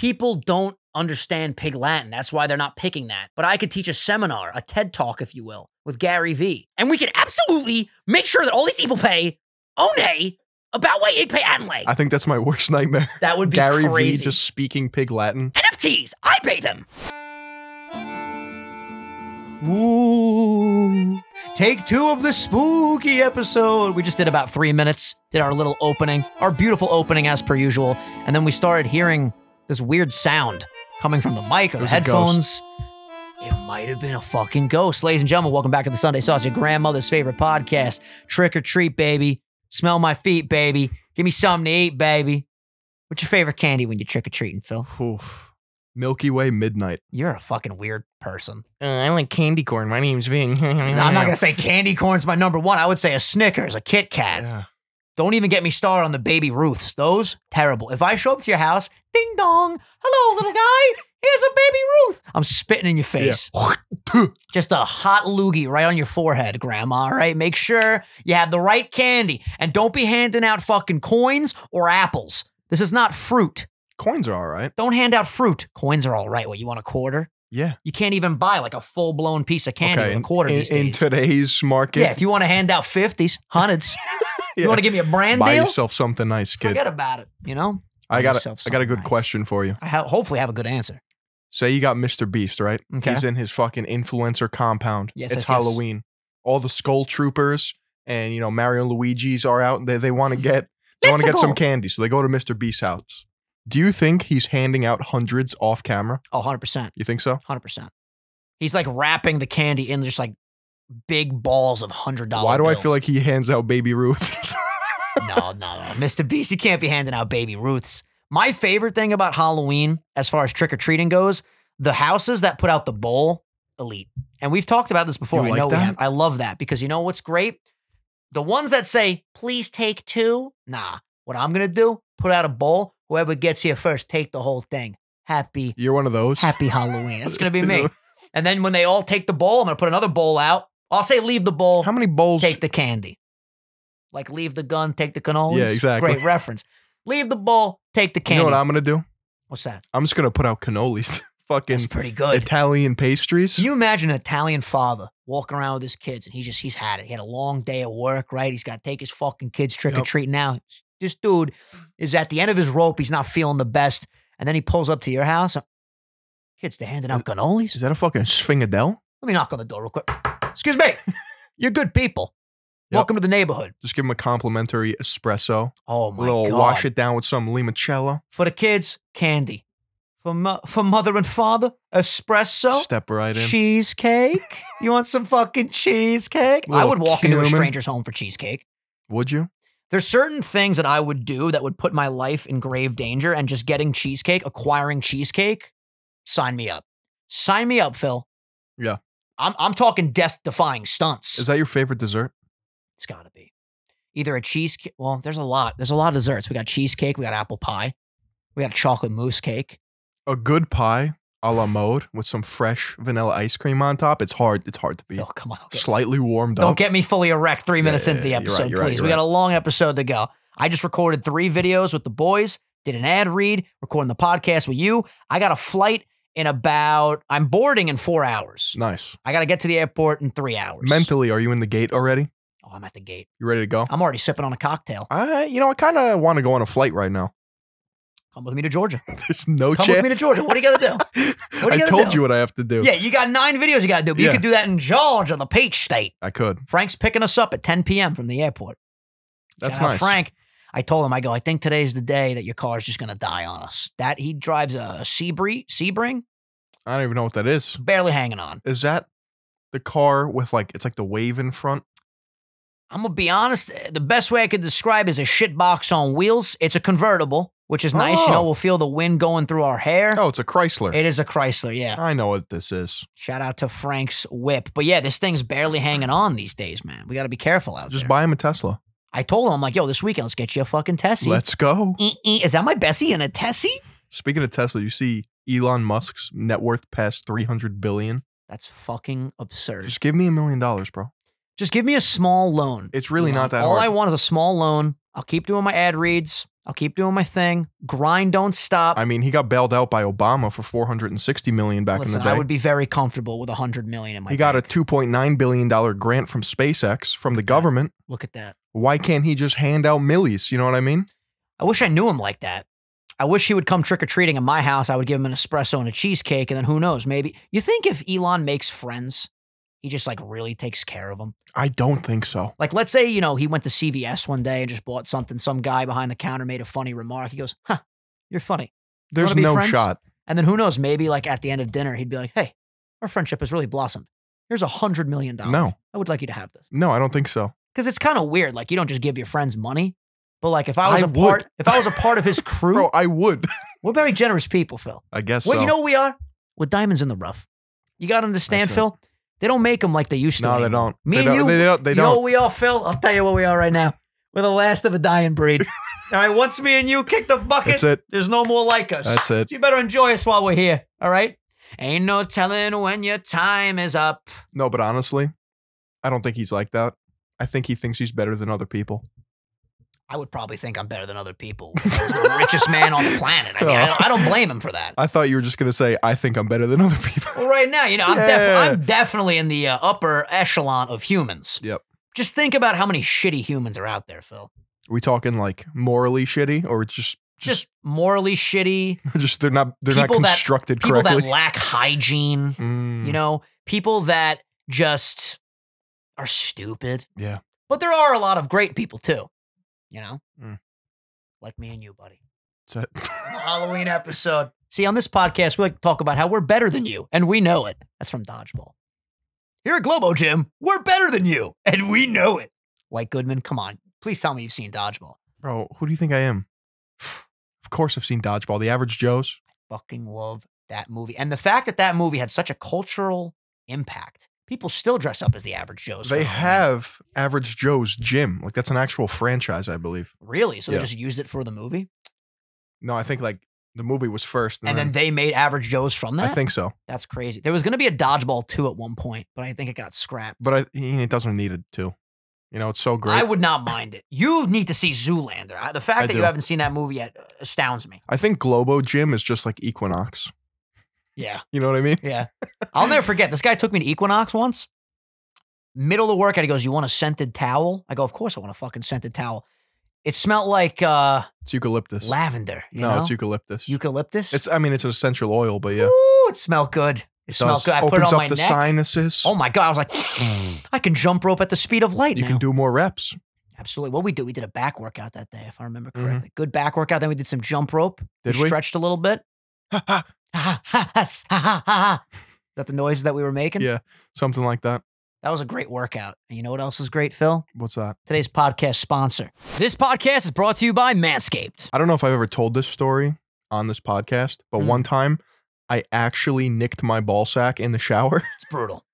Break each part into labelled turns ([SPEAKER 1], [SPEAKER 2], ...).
[SPEAKER 1] people don't understand pig Latin. That's why they're not picking that. But I could teach a seminar, a TED talk, if you will, with Gary Vee. And we could absolutely make sure that all these people pay one about way igpe
[SPEAKER 2] I
[SPEAKER 1] anle.
[SPEAKER 2] think that's my worst nightmare.
[SPEAKER 1] That would be
[SPEAKER 2] Gary
[SPEAKER 1] crazy.
[SPEAKER 2] Vee just speaking pig Latin.
[SPEAKER 1] NFTs, I pay them.
[SPEAKER 3] Ooh. Take two of the spooky episode.
[SPEAKER 1] We just did about three minutes, did our little opening, our beautiful opening as per usual. And then we started hearing this weird sound coming from the mic or the
[SPEAKER 2] was a
[SPEAKER 1] headphones. It might have been a fucking ghost. Ladies and gentlemen, welcome back to the Sunday Sauce, your grandmother's favorite podcast. Trick or treat, baby. Smell my feet, baby. Give me something to eat, baby. What's your favorite candy when you're trick or treating, Phil?
[SPEAKER 2] Oof. Milky Way Midnight.
[SPEAKER 1] You're a fucking weird person.
[SPEAKER 4] Uh, I like candy corn. My name's Ving.
[SPEAKER 1] No, I'm not going to say candy corn's my number one. I would say a Snickers, a Kit Kat.
[SPEAKER 2] Yeah.
[SPEAKER 1] Don't even get me started on the baby Ruths. Those terrible. If I show up to your house, ding dong, hello little guy, here's a baby Ruth. I'm spitting in your face. Just a hot loogie right on your forehead, grandma. All right, make sure you have the right candy and don't be handing out fucking coins or apples. This is not fruit.
[SPEAKER 2] Coins are all right.
[SPEAKER 1] Don't hand out fruit. Coins are all right. What you want a quarter?
[SPEAKER 2] Yeah.
[SPEAKER 1] You can't even buy like a full blown piece of candy with
[SPEAKER 2] in-
[SPEAKER 1] a quarter
[SPEAKER 2] in,
[SPEAKER 1] these
[SPEAKER 2] in
[SPEAKER 1] days.
[SPEAKER 2] today's market,
[SPEAKER 1] yeah, if you want to hand out fifties, hundreds,
[SPEAKER 2] Yeah.
[SPEAKER 1] you want to give me a brand
[SPEAKER 2] buy
[SPEAKER 1] deal.
[SPEAKER 2] yourself something nice, kid.
[SPEAKER 1] Forget about it. You know,
[SPEAKER 2] I got a,
[SPEAKER 1] yourself
[SPEAKER 2] I got a
[SPEAKER 1] something
[SPEAKER 2] good
[SPEAKER 1] nice.
[SPEAKER 2] question for you.
[SPEAKER 1] I ha- hopefully have a good answer.
[SPEAKER 2] Say you got Mr. Beast, right?
[SPEAKER 1] Okay.
[SPEAKER 2] He's in his fucking influencer compound.
[SPEAKER 1] Yes, yes,
[SPEAKER 2] it's
[SPEAKER 1] yes.
[SPEAKER 2] Halloween. All the Skull Troopers and you know Mario and Luigi's are out. They they want to get they want to get some candy, so they go to Mr. Beast's house. Do you think he's handing out hundreds off camera?
[SPEAKER 1] Oh, 100%.
[SPEAKER 2] You think so?
[SPEAKER 1] 100%. He's like wrapping the candy in just like big balls of $100.
[SPEAKER 2] Why do I feel
[SPEAKER 1] bills.
[SPEAKER 2] like he hands out Baby Ruth's?
[SPEAKER 1] no, no, no. Mr. Beast, you can't be handing out baby Ruths. My favorite thing about Halloween, as far as trick or treating goes, the houses that put out the bowl, elite. And we've talked about this before.
[SPEAKER 2] You
[SPEAKER 1] I
[SPEAKER 2] like
[SPEAKER 1] know we
[SPEAKER 2] that?
[SPEAKER 1] have. I love that because you know what's great? The ones that say, please take two, nah. What I'm going to do, put out a bowl. Whoever gets here first, take the whole thing. Happy
[SPEAKER 2] You're one of those.
[SPEAKER 1] Happy Halloween. That's gonna be me. And then when they all take the bowl, I'm gonna put another bowl out. I'll say leave the bowl,
[SPEAKER 2] How many bowls?
[SPEAKER 1] take the candy. Like leave the gun, take the cannolis.
[SPEAKER 2] Yeah, exactly.
[SPEAKER 1] Great reference. Leave the bowl, take the
[SPEAKER 2] you
[SPEAKER 1] candy.
[SPEAKER 2] know what I'm gonna do?
[SPEAKER 1] What's that?
[SPEAKER 2] I'm just gonna put out cannolis, fucking
[SPEAKER 1] That's pretty good.
[SPEAKER 2] Italian pastries.
[SPEAKER 1] Can you imagine an Italian father walking around with his kids and he just he's had it. He had a long day at work, right? He's got to take his fucking kids trick or
[SPEAKER 2] Yep.
[SPEAKER 1] treat now. This dude is at the end of his rope. He's not feeling the best, and then he pulls up to your house. Kids, they're handing out cannolis.
[SPEAKER 2] Is that a fucking sphingadel?
[SPEAKER 1] Let me knock on the door real quick. Excuse me. You're good people.
[SPEAKER 2] Yep.
[SPEAKER 1] Welcome to the neighborhood.
[SPEAKER 2] Just give him a complimentary espresso.
[SPEAKER 1] Oh
[SPEAKER 2] A
[SPEAKER 1] my
[SPEAKER 2] little
[SPEAKER 1] god.
[SPEAKER 2] wash it down with some limoncello.
[SPEAKER 1] For the kids, candy. For mo- for mother and father, espresso,
[SPEAKER 2] Step right in.
[SPEAKER 1] cheesecake. you want some fucking cheesecake? I
[SPEAKER 2] Little
[SPEAKER 1] would walk into a
[SPEAKER 2] cumin.
[SPEAKER 1] stranger's home for cheesecake.
[SPEAKER 2] Would you?
[SPEAKER 1] There's certain things that I would do that would put my life in grave danger, and just getting cheesecake, acquiring cheesecake, sign me up. Sign me up, Phil.
[SPEAKER 2] Yeah.
[SPEAKER 1] I'm I'm talking death-defying stunts.
[SPEAKER 2] Is that your favorite dessert?
[SPEAKER 1] It's got to be either a cheesecake. Well, there's a lot. There's a lot of desserts. We got cheesecake. We got apple pie. We got a chocolate mousse cake.
[SPEAKER 2] A good pie a la mode with some fresh vanilla ice cream on top. It's hard. It's hard to beat.
[SPEAKER 1] Oh, come on. okay.
[SPEAKER 2] Slightly warmed
[SPEAKER 1] Don't
[SPEAKER 2] up.
[SPEAKER 1] get me fully erect three
[SPEAKER 2] Yeah,
[SPEAKER 1] minutes
[SPEAKER 2] yeah,
[SPEAKER 1] into the
[SPEAKER 2] yeah, you're right,
[SPEAKER 1] episode,
[SPEAKER 2] you're right,
[SPEAKER 1] please.
[SPEAKER 2] you're
[SPEAKER 1] we got
[SPEAKER 2] right.
[SPEAKER 1] a long episode to go. I just recorded three videos with the boys, did an ad read, recording the podcast with you. I got a flight in about, I'm boarding in four hours.
[SPEAKER 2] Nice.
[SPEAKER 1] I got to get to the airport in three hours.
[SPEAKER 2] Mentally, are you in the gate already?
[SPEAKER 1] Oh, I'm at the gate.
[SPEAKER 2] You ready to go?
[SPEAKER 1] I'm already sipping on a cocktail.
[SPEAKER 2] I, you know, I kind of want to go on a flight right now.
[SPEAKER 1] Come with me to Georgia.
[SPEAKER 2] There's no
[SPEAKER 1] Come
[SPEAKER 2] chance.
[SPEAKER 1] with me to Georgia. What are you going to do? What are you
[SPEAKER 2] I
[SPEAKER 1] gonna
[SPEAKER 2] told
[SPEAKER 1] do?
[SPEAKER 2] you what I have to do.
[SPEAKER 1] Yeah, you got nine videos you got to do, but you
[SPEAKER 2] Yeah.
[SPEAKER 1] could do that in Georgia, the Peach State.
[SPEAKER 2] I could.
[SPEAKER 1] Frank's picking us up at 10 p.m. from the airport.
[SPEAKER 2] That's
[SPEAKER 1] Shout out
[SPEAKER 2] nice.
[SPEAKER 1] Frank, I told him, I go, I think today's the day that your car's just going to die on us. That he drives a Sebring, Sebring,
[SPEAKER 2] I don't even know what that is.
[SPEAKER 1] barely hanging on.
[SPEAKER 2] Is that the car with like it's like the wave in front?
[SPEAKER 1] I'm going to be honest. eh, The best way I could describe is a shit box on wheels. It's a convertible, which is nice. You know,
[SPEAKER 2] Oh.
[SPEAKER 1] we'll feel the wind going through our hair.
[SPEAKER 2] Oh, it's a Chrysler.
[SPEAKER 1] It is a Chrysler, yeah.
[SPEAKER 2] I know what this is.
[SPEAKER 1] Shout out to Frank's whip. But yeah, this thing's barely hanging on these days, man. We got to be careful out
[SPEAKER 2] Just
[SPEAKER 1] there.
[SPEAKER 2] buy him a Tesla.
[SPEAKER 1] I told him, I'm like, yo, this weekend, let's get you a fucking Tessie.
[SPEAKER 2] Let's go.
[SPEAKER 1] Eh, eh, Is that my Bessie in a Tessie?
[SPEAKER 2] Speaking of Tesla, you see Elon Musk's net worth past 300 billion.
[SPEAKER 1] That's fucking absurd.
[SPEAKER 2] Just give me a million dollars, bro.
[SPEAKER 1] Just give me a small loan.
[SPEAKER 2] It's really
[SPEAKER 1] You know,
[SPEAKER 2] not that
[SPEAKER 1] All
[SPEAKER 2] hard.
[SPEAKER 1] I want is a small loan. I'll keep doing my ad reads. I'll keep doing my thing. Grind don't stop.
[SPEAKER 2] I mean, he got bailed out by Obama for 460 million back
[SPEAKER 1] Listen,
[SPEAKER 2] in the
[SPEAKER 1] I
[SPEAKER 2] day.
[SPEAKER 1] would be very comfortable with 100 million in my
[SPEAKER 2] he got a
[SPEAKER 1] bank.
[SPEAKER 2] 2.9 billion dollar grant from SpaceX from the government.
[SPEAKER 1] Look at that.
[SPEAKER 2] Why can't he just hand out millies? You know what I mean?
[SPEAKER 1] I wish I knew him like that. I wish he would come trick or treating at my house. I would give him an espresso and a cheesecake, and then who knows? Maybe you think if Elon makes friends, he just like really takes care of them.
[SPEAKER 2] I don't think so.
[SPEAKER 1] Like, let's say you know he went to CVS one day and just bought something. Some guy behind the counter made a funny remark. He goes, "Huh, you're funny."
[SPEAKER 2] There's
[SPEAKER 1] be
[SPEAKER 2] no
[SPEAKER 1] friends?
[SPEAKER 2] shot.
[SPEAKER 1] And then who knows? Maybe like at the end of dinner, he'd be like, "Hey, our friendship has really blossomed. Here's a hundred million dollars.
[SPEAKER 2] No.
[SPEAKER 1] I would like you to have this
[SPEAKER 2] No, I don't think so.
[SPEAKER 1] because it's kind of weird. Like, you don't just give your friends money." But like if I was
[SPEAKER 2] I
[SPEAKER 1] a
[SPEAKER 2] would.
[SPEAKER 1] part if I was a part of his crew,
[SPEAKER 2] Bro, I would.
[SPEAKER 1] we're very generous people, Phil.
[SPEAKER 2] I guess
[SPEAKER 1] Well,
[SPEAKER 2] so.
[SPEAKER 1] you know what we are? We're diamonds in the rough. You got to understand,
[SPEAKER 2] That's it.
[SPEAKER 1] Phil. They don't make them like they used to.
[SPEAKER 2] no, they
[SPEAKER 1] anymore.
[SPEAKER 2] don't.
[SPEAKER 1] Me
[SPEAKER 2] they
[SPEAKER 1] and
[SPEAKER 2] don't,
[SPEAKER 1] you,
[SPEAKER 2] they don't. They
[SPEAKER 1] You know
[SPEAKER 2] don't.
[SPEAKER 1] what we are, Phil? I'll tell you what we are right now. We're the last of a dying breed. all right, once me and you kick the bucket,
[SPEAKER 2] That's it.
[SPEAKER 1] there's no more like us.
[SPEAKER 2] That's it.
[SPEAKER 1] So you better enjoy us while we're here, all right? Ain't no telling when your time is up.
[SPEAKER 2] No, but honestly, I don't think he's like that. I think he thinks he's better than other people.
[SPEAKER 1] I would probably think I'm better than other people. I was the richest man on the planet. I mean, I, don't, I don't blame him for that.
[SPEAKER 2] I thought you were just gonna say I think I'm better than other people.
[SPEAKER 1] Well, right now, you know, I'm,
[SPEAKER 2] Yeah.
[SPEAKER 1] def- I'm definitely in the uh, upper echelon of humans.
[SPEAKER 2] Yep.
[SPEAKER 1] Just think about how many shitty humans are out there, Phil.
[SPEAKER 2] Are we talking like morally shitty, or it's just
[SPEAKER 1] Just,
[SPEAKER 2] just
[SPEAKER 1] morally shitty
[SPEAKER 2] just, they're not they're not
[SPEAKER 1] people that-
[SPEAKER 2] constructed
[SPEAKER 1] people
[SPEAKER 2] correctly?
[SPEAKER 1] that lack hygiene.
[SPEAKER 2] Mm,
[SPEAKER 1] You know, people that just are stupid.
[SPEAKER 2] Yeah.
[SPEAKER 1] But there are a lot of great people too. You know,
[SPEAKER 2] Mm.
[SPEAKER 1] like me and you, buddy.
[SPEAKER 2] that's it.
[SPEAKER 1] The Halloween episode. See, on this podcast, we like to talk about how we're better than you, and we know it. That's from Dodgeball. Here at Globo Gym, we're better than you, and we know it. White Goodman, come on. Please tell me you've seen Dodgeball.
[SPEAKER 2] Bro, who do you think I am? Of course, I've seen Dodgeball. The average Joe's.
[SPEAKER 1] Fucking love that movie. And the fact that that movie had such a cultural impact. People still dress up as the average Joes. for
[SPEAKER 2] They
[SPEAKER 1] Halloween.
[SPEAKER 2] have Average Joe's Gym. Like that's an actual franchise, I believe.
[SPEAKER 1] Really? So
[SPEAKER 2] Yeah.
[SPEAKER 1] they just used it for the movie?
[SPEAKER 2] No, I think like the movie was first, and,
[SPEAKER 1] And then they made Average Joes from that?
[SPEAKER 2] I think so.
[SPEAKER 1] That's crazy. There was going to be a Dodgeball 2 at one point, but I think it got scrapped.
[SPEAKER 2] But I, it doesn't need it to. You know, it's so great.
[SPEAKER 1] I would not mind it. You need to see Zoolander. I- The fact
[SPEAKER 2] I
[SPEAKER 1] that
[SPEAKER 2] do.
[SPEAKER 1] you haven't seen that movie yet uh, astounds me.
[SPEAKER 2] I think Globo Gym is just like Equinox.
[SPEAKER 1] Yeah.
[SPEAKER 2] You know what I mean?
[SPEAKER 1] Yeah. I'll never forget. This guy took me to Equinox once. Middle of workout, he goes, You want a scented towel? I go, Of course I want a fucking scented towel. It smelled like uh,
[SPEAKER 2] It's eucalyptus.
[SPEAKER 1] lavender. You
[SPEAKER 2] no,
[SPEAKER 1] know?
[SPEAKER 2] it's eucalyptus.
[SPEAKER 1] eucalyptus.
[SPEAKER 2] it's I mean it's an essential oil, but yeah.
[SPEAKER 1] Ooh, it smelled good. It, smelled
[SPEAKER 2] does.
[SPEAKER 1] good. I
[SPEAKER 2] Opens
[SPEAKER 1] put it on
[SPEAKER 2] up
[SPEAKER 1] my
[SPEAKER 2] the
[SPEAKER 1] neck.
[SPEAKER 2] sinuses.
[SPEAKER 1] Oh my god! I was like, I can jump rope at the speed of light
[SPEAKER 2] you
[SPEAKER 1] now.
[SPEAKER 2] can do more reps.
[SPEAKER 1] Absolutely. What we did, we did a back workout that day, if I remember correctly. Good back workout. Then we did some jump rope.
[SPEAKER 2] Mm-hmm. Did we?
[SPEAKER 1] stretched a little bit? Is that the noises that we were making?
[SPEAKER 2] Yeah. Something like that.
[SPEAKER 1] That was a great workout. And you know what else is great, Phil?
[SPEAKER 2] What's that?
[SPEAKER 1] Today's podcast sponsor. This podcast is brought to you by Manscaped.
[SPEAKER 2] I don't know if I've ever told this story on this podcast, but
[SPEAKER 1] Mm.
[SPEAKER 2] one time I actually nicked my ball sack in the shower.
[SPEAKER 1] It's brutal.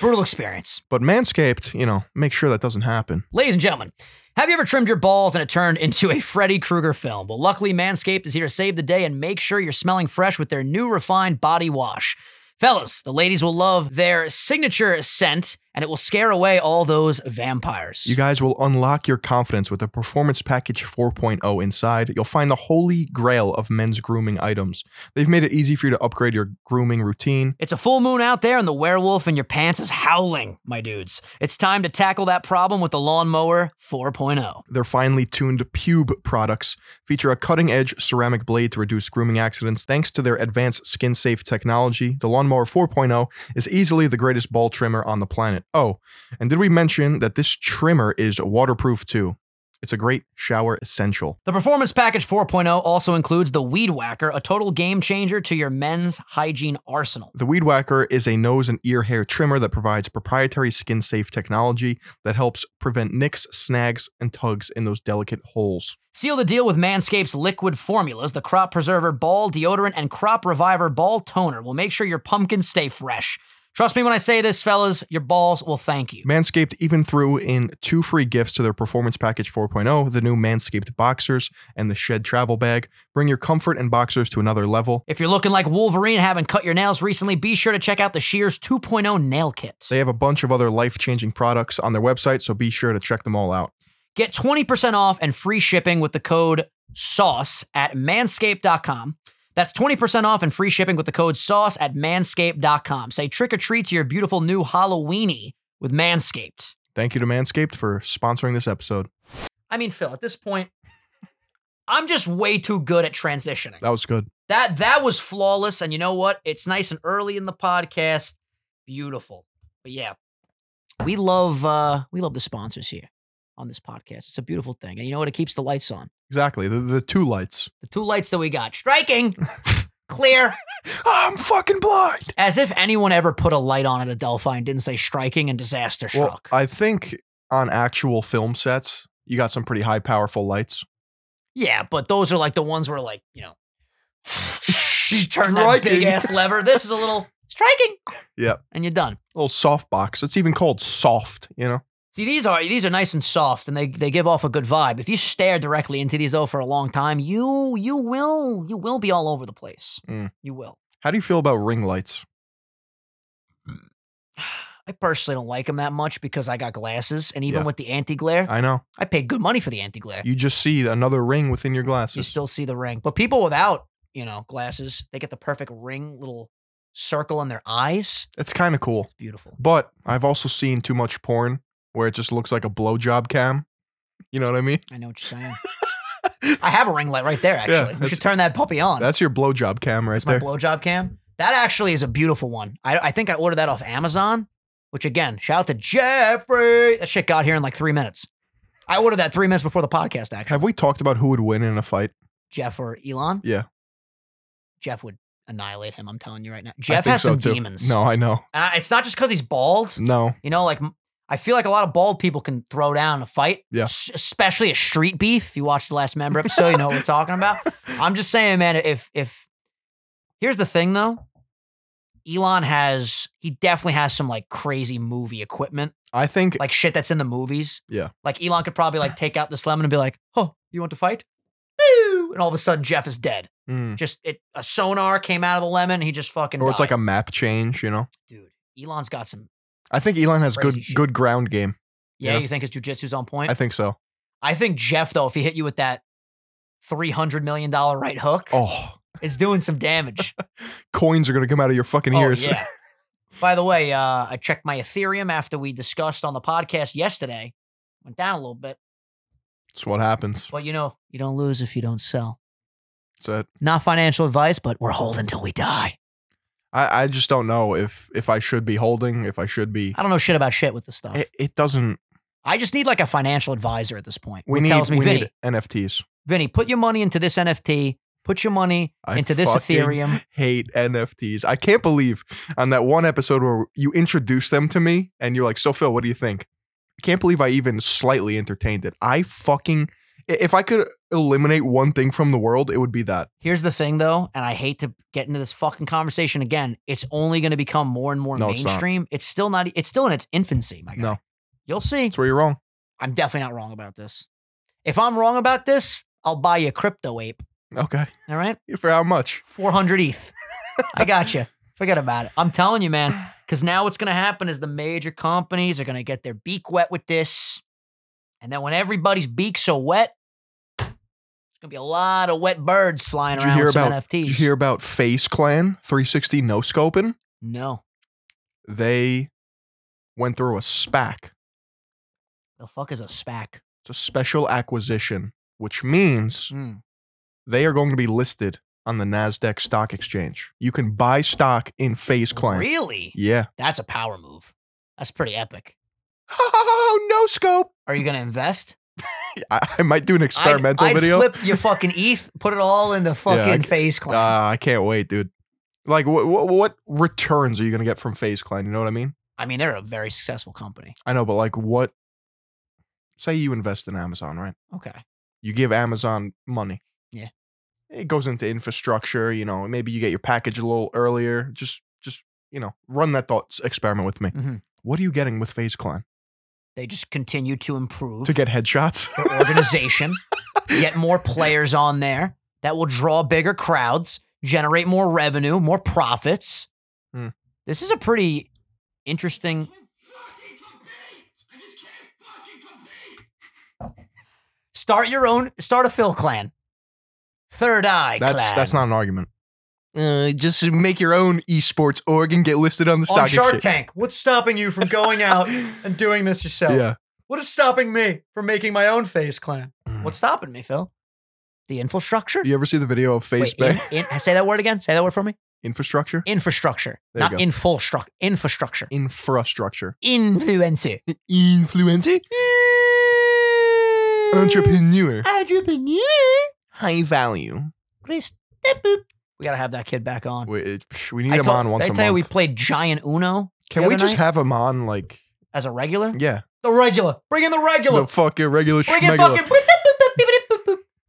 [SPEAKER 1] brutal experience.
[SPEAKER 2] But Manscaped, you know, make sure that doesn't happen.
[SPEAKER 1] Ladies and gentlemen, have you ever trimmed your balls and it turned into a Freddy Krueger film? Well, luckily, Manscaped is here to save the day and make sure you're smelling fresh with their new refined body wash. Fellas, the ladies will love their signature scent and it will scare away all those vampires.
[SPEAKER 2] You guys will unlock your confidence with the Performance Package 4.0 inside. You'll find the holy grail of men's grooming items. They've made it easy for you to upgrade your grooming routine.
[SPEAKER 1] It's a full moon out there, and the werewolf in your pants is howling, my dudes. It's time to tackle that problem with the lawnmower oh. 4.0.
[SPEAKER 2] Their finely tuned pube products feature a cutting edge ceramic blade to reduce grooming accidents thanks to their advanced skin safe technology. The Lawnmower 4.0 is easily the greatest ball trimmer on the planet. Oh, and did we mention that this trimmer is waterproof too? It's a great shower essential.
[SPEAKER 1] The Performance Package 4.0 also includes the Weed Whacker, a total game changer to your men's hygiene arsenal.
[SPEAKER 2] The Weed Whacker is a nose and ear hair trimmer that provides proprietary skin safe technology that helps prevent nicks, snags, and tugs in those delicate holes.
[SPEAKER 1] Seal the deal with Manscaped's liquid formulas, the Crop Preserver Ball Deodorant and Crop Reviver Ball Toner will make sure your pumpkins stay fresh. Trust me when I say this, fellas, your balls will thank you.
[SPEAKER 2] Manscaped even threw in two free gifts to their Performance Package 4.0 the new Manscaped Boxers and the Shed Travel Bag. Bring your comfort and boxers to another level.
[SPEAKER 1] If you're looking like Wolverine and haven't cut your nails recently, be sure to check out the Shears 2.0 Nail Kit.
[SPEAKER 2] They have a bunch of other life changing products on their website, so be sure to check them all out.
[SPEAKER 1] Get 20% off and free shipping with the code sauce at manscaped.com. That's 20% off and free shipping with the code sauce at manscaped.com. Say trick or treat to your beautiful new Halloweeny with Manscaped.
[SPEAKER 2] Thank you to Manscaped for sponsoring this episode.
[SPEAKER 1] I mean, Phil, at this point, I'm just way too good at transitioning.
[SPEAKER 2] That was good.
[SPEAKER 1] That that was flawless, and you know what? It's nice and early in the podcast. Beautiful. But yeah, we love uh we love the sponsors here on this podcast. It's a beautiful thing. And you know what? It keeps the lights on.
[SPEAKER 2] Exactly. The, the two lights.
[SPEAKER 1] The two lights that we got. Striking, clear.
[SPEAKER 2] I'm fucking blind.
[SPEAKER 1] As if anyone ever put a light on at Adelphi and didn't say striking and disaster
[SPEAKER 2] Well,
[SPEAKER 1] struck.
[SPEAKER 2] I think on actual film sets, you got some pretty high, powerful lights.
[SPEAKER 1] yeah, but those are like the ones where like, you know, you turn that
[SPEAKER 2] Striking.
[SPEAKER 1] big ass lever. This is a little striking.
[SPEAKER 2] Yep.
[SPEAKER 1] And you're done.
[SPEAKER 2] little soft box. It's even called soft, you know?
[SPEAKER 1] See, these are these are nice and soft, and they, they give off a good vibe. If you stare directly into these though for a long time, you you will you will be all over the place.
[SPEAKER 2] Mm.
[SPEAKER 1] You will.
[SPEAKER 2] How do you feel about ring lights?
[SPEAKER 1] I personally don't like them that much because I got glasses, and even
[SPEAKER 2] Yeah.
[SPEAKER 1] with the anti glare,
[SPEAKER 2] I know.
[SPEAKER 1] I paid good money for the anti glare.
[SPEAKER 2] You just see another ring within your
[SPEAKER 1] You
[SPEAKER 2] glasses.
[SPEAKER 1] still see the ring, but people without you know glasses, they get the perfect ring, little circle in their eyes.
[SPEAKER 2] it's kind of cool.
[SPEAKER 1] It's beautiful.
[SPEAKER 2] But I've also seen too much porn where it just looks like a blowjob cam. You know what I mean?
[SPEAKER 1] I know what you're saying. I have a ring light right there. Actually, we
[SPEAKER 2] that's-
[SPEAKER 1] should turn that puppy on.
[SPEAKER 2] That's your blowjob cam right
[SPEAKER 1] It's my
[SPEAKER 2] there.
[SPEAKER 1] blowjob cam. That actually is a beautiful one. I, I think I ordered that off Amazon, which again, shout out to Jeffrey. That shit got here in like three minutes. I ordered that three minutes before the podcast, actually.
[SPEAKER 2] Have we talked about who would win in a fight?
[SPEAKER 1] Jeff or Elon?
[SPEAKER 2] Yeah.
[SPEAKER 1] Jeff would annihilate him, I'm telling you right now.
[SPEAKER 2] I
[SPEAKER 1] Jeff
[SPEAKER 2] think
[SPEAKER 1] has
[SPEAKER 2] so,
[SPEAKER 1] some
[SPEAKER 2] too.
[SPEAKER 1] demons.
[SPEAKER 2] No, I know.
[SPEAKER 1] And I- it's not just because he's bald.
[SPEAKER 2] No.
[SPEAKER 1] You know, like, m- I feel like a lot of bald people can throw down in a fight,
[SPEAKER 2] Yeah.
[SPEAKER 1] s- especially a street beef. If you watched the last member episode, you know what we're talking about. I'm just saying, man, if, if, here's the thing though Elon has, he definitely has some like crazy movie equipment,
[SPEAKER 2] I think
[SPEAKER 1] like shit that's in the movies.
[SPEAKER 2] Yeah.
[SPEAKER 1] Like, Elon could probably like take out this lemon and be like, oh, you want to fight? Boo! And all of a sudden, Jeff is dead
[SPEAKER 2] Mm.
[SPEAKER 1] just it a sonar came out of the lemon. He just fucking.
[SPEAKER 2] or it's like
[SPEAKER 1] died.
[SPEAKER 2] a map change, you know?
[SPEAKER 1] dude. Elon's got some.
[SPEAKER 2] I think Elon has
[SPEAKER 1] Crazy
[SPEAKER 2] good
[SPEAKER 1] shit.
[SPEAKER 2] good ground game.
[SPEAKER 1] Yeah,
[SPEAKER 2] Yeah.
[SPEAKER 1] you think his jujitsu's on point? I,
[SPEAKER 2] I think so.
[SPEAKER 1] think Jeff though, if he hit you with that three hundred million dollar right hook,
[SPEAKER 2] Oh,
[SPEAKER 1] it's doing some damage.
[SPEAKER 2] coins are going to come out of your fucking
[SPEAKER 1] oh
[SPEAKER 2] ears.
[SPEAKER 1] yeah. By the way, uh, I checked my Ethereum after we discussed on the podcast yesterday. Went down a little bit,
[SPEAKER 2] That's what happens.
[SPEAKER 1] but you know you don't lose if you don't sell.
[SPEAKER 2] That's it.
[SPEAKER 1] Not financial advice, but we're holding till we die.
[SPEAKER 2] I, I just don't know if if I should be holding, if I should be.
[SPEAKER 1] I don't know shit about shit with this stuff.
[SPEAKER 2] It, it doesn't.
[SPEAKER 1] I just need like a financial advisor at this point.
[SPEAKER 2] We
[SPEAKER 1] who
[SPEAKER 2] need
[SPEAKER 1] tells me,
[SPEAKER 2] we
[SPEAKER 1] Vinny,
[SPEAKER 2] need NFTs.
[SPEAKER 1] Vinny, put your money into this NFT. Put your money
[SPEAKER 2] I
[SPEAKER 1] into this
[SPEAKER 2] fucking
[SPEAKER 1] Ethereum.
[SPEAKER 2] Hate NFTs. I can't believe on that one episode where you introduced them to me and you're like, "So Phil, what do you think?" I can't believe I even slightly entertained it. I fucking i- if I could eliminate one thing from the world, it would be that.
[SPEAKER 1] Here's the thing, though, and I hate to get into this fucking conversation again. It's only going to become more and more
[SPEAKER 2] No, it's not.
[SPEAKER 1] mainstream. It's, still not. e, It's still in its infancy, my guy.
[SPEAKER 2] No.
[SPEAKER 1] you'll see.
[SPEAKER 2] That's where you're wrong.
[SPEAKER 1] I'm definitely not wrong about this. If I'm wrong about this, I'll buy you a crypto ape.
[SPEAKER 2] Okay,
[SPEAKER 1] All right,
[SPEAKER 2] for how much?
[SPEAKER 1] 400 ETH. I got you. Forget about it. I'm telling you, man. Because now what's going to happen is the major companies are going to get their beak wet with this, and then when everybody's beaks so wet, there's going to be a lot of wet birds flying
[SPEAKER 2] Did you
[SPEAKER 1] around
[SPEAKER 2] hear
[SPEAKER 1] with some
[SPEAKER 2] about-
[SPEAKER 1] NFTs.
[SPEAKER 2] Did you hear about Face Clan 360 no scoping?
[SPEAKER 1] no,
[SPEAKER 2] They went through a SPAC.
[SPEAKER 1] the fuck is a SPAC?
[SPEAKER 2] It's a special acquisition, which means
[SPEAKER 1] Mm.
[SPEAKER 2] they are going to be listed on the Nasdaq Stock Exchange. You can buy stock in Phase Clan.
[SPEAKER 1] Really?
[SPEAKER 2] Yeah.
[SPEAKER 1] That's a power move. That's pretty epic.
[SPEAKER 2] Oh, no scope.
[SPEAKER 1] Are you going to invest?
[SPEAKER 2] I, I might do an
[SPEAKER 1] I'd-
[SPEAKER 2] experimental
[SPEAKER 1] I'd
[SPEAKER 2] video.
[SPEAKER 1] flip your fucking ETH, put it all in the fucking
[SPEAKER 2] I-
[SPEAKER 1] face clan.
[SPEAKER 2] Ah, I can't wait, dude. Like, what, what, what returns are you going to get from Phase Clan? You know what I mean?
[SPEAKER 1] I mean, they're a very successful company.
[SPEAKER 2] I know, but like, what? Say you invest in Amazon, right?
[SPEAKER 1] Okay.
[SPEAKER 2] You give Amazon money.
[SPEAKER 1] Yeah.
[SPEAKER 2] It goes into infrastructure. You know, maybe you get your package a little earlier. Just, just you know, run that thought s- experiment with me.
[SPEAKER 4] Mm-hmm.
[SPEAKER 1] Mhm.
[SPEAKER 2] What are you getting with Phase Clan?
[SPEAKER 1] They just continue to improve.
[SPEAKER 2] to get headshots.
[SPEAKER 1] their organization, get more players on there that will draw bigger crowds, generate more revenue, more profits.
[SPEAKER 2] Hmm.
[SPEAKER 1] This is a pretty interesting. Start your own, start a Phil clan. Third eye
[SPEAKER 2] That's
[SPEAKER 1] clan.
[SPEAKER 2] that's not an argument.
[SPEAKER 4] Uh, just make your own esports org and get listed on the stock
[SPEAKER 1] on Shark
[SPEAKER 4] exchange.
[SPEAKER 1] Tank. What's stopping you from going out and doing this yourself?
[SPEAKER 2] Yeah.
[SPEAKER 5] What is stopping me from making my own face clan?
[SPEAKER 2] Hmm.
[SPEAKER 1] What's stopping me, Phil? The infrastructure?
[SPEAKER 2] You ever see the video of
[SPEAKER 1] Wait,
[SPEAKER 2] Face
[SPEAKER 1] in,
[SPEAKER 2] Bank
[SPEAKER 1] in- say that word again. Say that word for me.
[SPEAKER 2] infrastructure?
[SPEAKER 1] Infrastructure.
[SPEAKER 2] There you
[SPEAKER 1] not
[SPEAKER 2] go.
[SPEAKER 1] in full struct infrastructure.
[SPEAKER 2] Infrastructure.
[SPEAKER 1] Influencer.
[SPEAKER 4] Influencer?
[SPEAKER 2] Entrepreneur.
[SPEAKER 1] Entrepreneur.
[SPEAKER 4] High value.
[SPEAKER 1] Chris. We gotta have that kid back on.
[SPEAKER 2] Wait, it- psh, we need
[SPEAKER 1] I
[SPEAKER 2] him
[SPEAKER 1] told-
[SPEAKER 2] on once
[SPEAKER 1] did
[SPEAKER 2] a
[SPEAKER 1] I tell you we
[SPEAKER 2] month.
[SPEAKER 1] played Giant Uno
[SPEAKER 2] Can
[SPEAKER 1] the
[SPEAKER 2] we
[SPEAKER 1] other
[SPEAKER 2] just
[SPEAKER 1] night?
[SPEAKER 2] have him on like
[SPEAKER 1] as a regular?
[SPEAKER 2] yeah,
[SPEAKER 5] The regular. Bring in the regular.
[SPEAKER 2] the fucking regular
[SPEAKER 5] Bring in
[SPEAKER 2] schmegula.
[SPEAKER 5] fucking.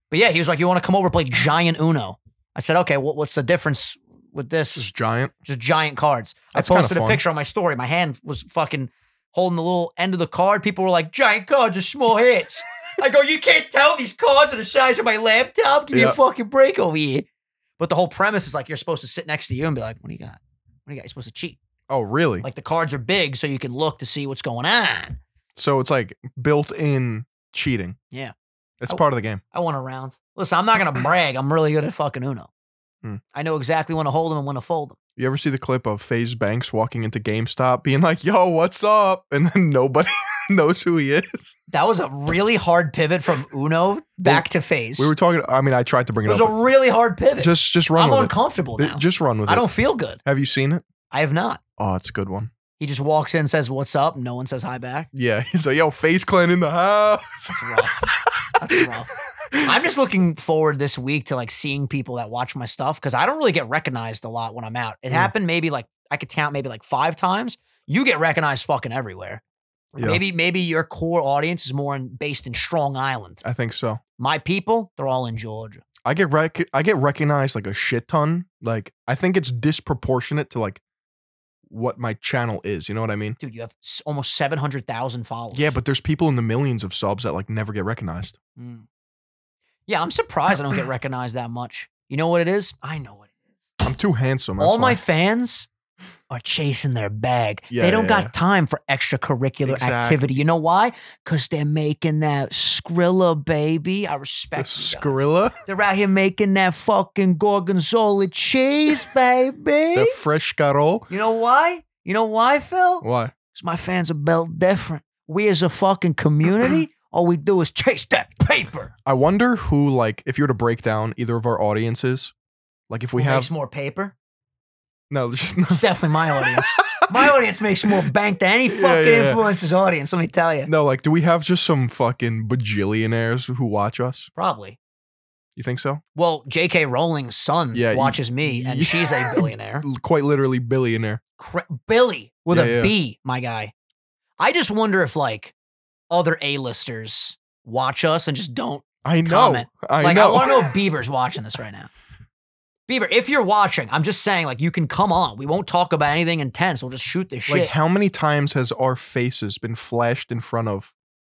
[SPEAKER 1] But yeah, he was like, "You want to come over and play Giant Uno?" I said, "Okay, what, what's the difference with
[SPEAKER 2] This
[SPEAKER 1] this?
[SPEAKER 2] giant.
[SPEAKER 1] Just giant cards."
[SPEAKER 2] That's
[SPEAKER 1] I
[SPEAKER 2] kinda
[SPEAKER 1] posted a
[SPEAKER 2] fun.
[SPEAKER 1] picture on my story. My hand was fucking holding the little end of the card. People were like, "Giant cards are small hits." I go, "You can't tell these cards are the size of my laptop. Give me
[SPEAKER 2] Yeah.
[SPEAKER 1] a fucking break over here." But the whole premise is like you're supposed to sit next to you and be like, "What do you got? What do you got?" You're supposed to cheat.
[SPEAKER 2] Oh, really?
[SPEAKER 1] Like the cards are big, so you can look to see what's going on.
[SPEAKER 2] so it's like built in cheating.
[SPEAKER 1] Yeah.
[SPEAKER 2] It's
[SPEAKER 1] Oh.
[SPEAKER 2] part of the game.
[SPEAKER 1] I won a round. Listen, I'm not gonna brag. I'm really good at fucking Uno.
[SPEAKER 2] Hmm.
[SPEAKER 1] I know exactly when to hold them and when to fold them.
[SPEAKER 2] You ever see the clip of FaZe Banks walking into GameStop being like, yo, what's up? And then nobody knows who he is.
[SPEAKER 1] That was a really hard pivot from Uno back to phase.
[SPEAKER 2] We were talking I mean, I tried to bring
[SPEAKER 1] it
[SPEAKER 2] it
[SPEAKER 1] was
[SPEAKER 2] up.
[SPEAKER 1] a
[SPEAKER 2] but
[SPEAKER 1] really hard pivot.
[SPEAKER 2] just just run
[SPEAKER 1] I'm
[SPEAKER 2] with
[SPEAKER 1] uncomfortable
[SPEAKER 2] it.
[SPEAKER 1] now.
[SPEAKER 2] Just run with
[SPEAKER 1] I
[SPEAKER 2] it.
[SPEAKER 1] don't feel good.
[SPEAKER 2] Have you seen it?
[SPEAKER 1] I have not.
[SPEAKER 2] Oh, it's a good one.
[SPEAKER 1] He just walks in, says "What's up?" No one says hi back.
[SPEAKER 2] Yeah. He's like, yo, FaZe Clan in the house.
[SPEAKER 1] That's rough. That's rough. I'm just looking forward this week to like seeing people that watch my stuff because I don't really get recognized a lot when I'm out. It
[SPEAKER 2] Hmm.
[SPEAKER 1] happened maybe like I could count maybe like five times. You get recognized fucking everywhere.
[SPEAKER 2] Yeah.
[SPEAKER 1] Maybe maybe your core audience is more in, based in Strong Island.
[SPEAKER 2] I think so.
[SPEAKER 1] My people, they're all in Georgia.
[SPEAKER 2] I get rec- I get recognized like a shit ton. Like I think it's disproportionate to like what my channel is. You know what I mean?
[SPEAKER 1] Dude, you have s- almost seven hundred thousand followers.
[SPEAKER 2] Yeah, but there's people in the millions of subs that like never get recognized.
[SPEAKER 1] Mm. Yeah, I'm surprised I don't get recognized that much. You know what it is? I know what it is.
[SPEAKER 2] I'm too handsome. that's
[SPEAKER 1] All my
[SPEAKER 2] why.
[SPEAKER 1] fans are chasing their bag.
[SPEAKER 2] Yeah,
[SPEAKER 1] they don't
[SPEAKER 2] yeah,
[SPEAKER 1] got
[SPEAKER 2] yeah.
[SPEAKER 1] time for extracurricular
[SPEAKER 2] Exactly.
[SPEAKER 1] activity. You know why? Because they're making that Skrilla, baby. I
[SPEAKER 2] the
[SPEAKER 1] respect you guys.
[SPEAKER 2] Skrilla,
[SPEAKER 1] They're out here making that fucking gorgonzola cheese, baby.
[SPEAKER 2] the fresh Carol.
[SPEAKER 1] you know why? You know why, Phil?
[SPEAKER 2] Why?
[SPEAKER 1] Because my fans are built different. We as a fucking community, all we do is chase that paper.
[SPEAKER 2] I wonder who like if you were to break down either of our audiences, like if we
[SPEAKER 1] Who
[SPEAKER 2] have
[SPEAKER 1] makes more paper.
[SPEAKER 2] no, there's just no,
[SPEAKER 1] It's definitely my audience. my audience makes more bank than any
[SPEAKER 2] Yeah,
[SPEAKER 1] fucking
[SPEAKER 2] yeah.
[SPEAKER 1] influencer's audience. Let me tell you.
[SPEAKER 2] no, like do we have just some fucking bajillionaires who watch us?
[SPEAKER 1] Probably.
[SPEAKER 2] You think so?
[SPEAKER 1] Well, J.K. Rowling's son
[SPEAKER 2] Yeah, you-
[SPEAKER 1] watches me, and
[SPEAKER 2] yeah.
[SPEAKER 1] she's a billionaire.
[SPEAKER 2] L- Quite literally billionaire.
[SPEAKER 1] Cra- Billy with a B,
[SPEAKER 2] Yeah, yeah.
[SPEAKER 1] my guy. I just wonder if like other A-listers watch us and just don't.
[SPEAKER 2] I know.
[SPEAKER 1] Comment.
[SPEAKER 2] I
[SPEAKER 1] like,
[SPEAKER 2] know.
[SPEAKER 1] I want to know if Bieber's watching this right now. Bieber, if you're watching, I'm just saying, like, you can come on. We won't talk about anything intense. We'll just shoot this shit.
[SPEAKER 2] Like, how many times has our faces been flashed in front of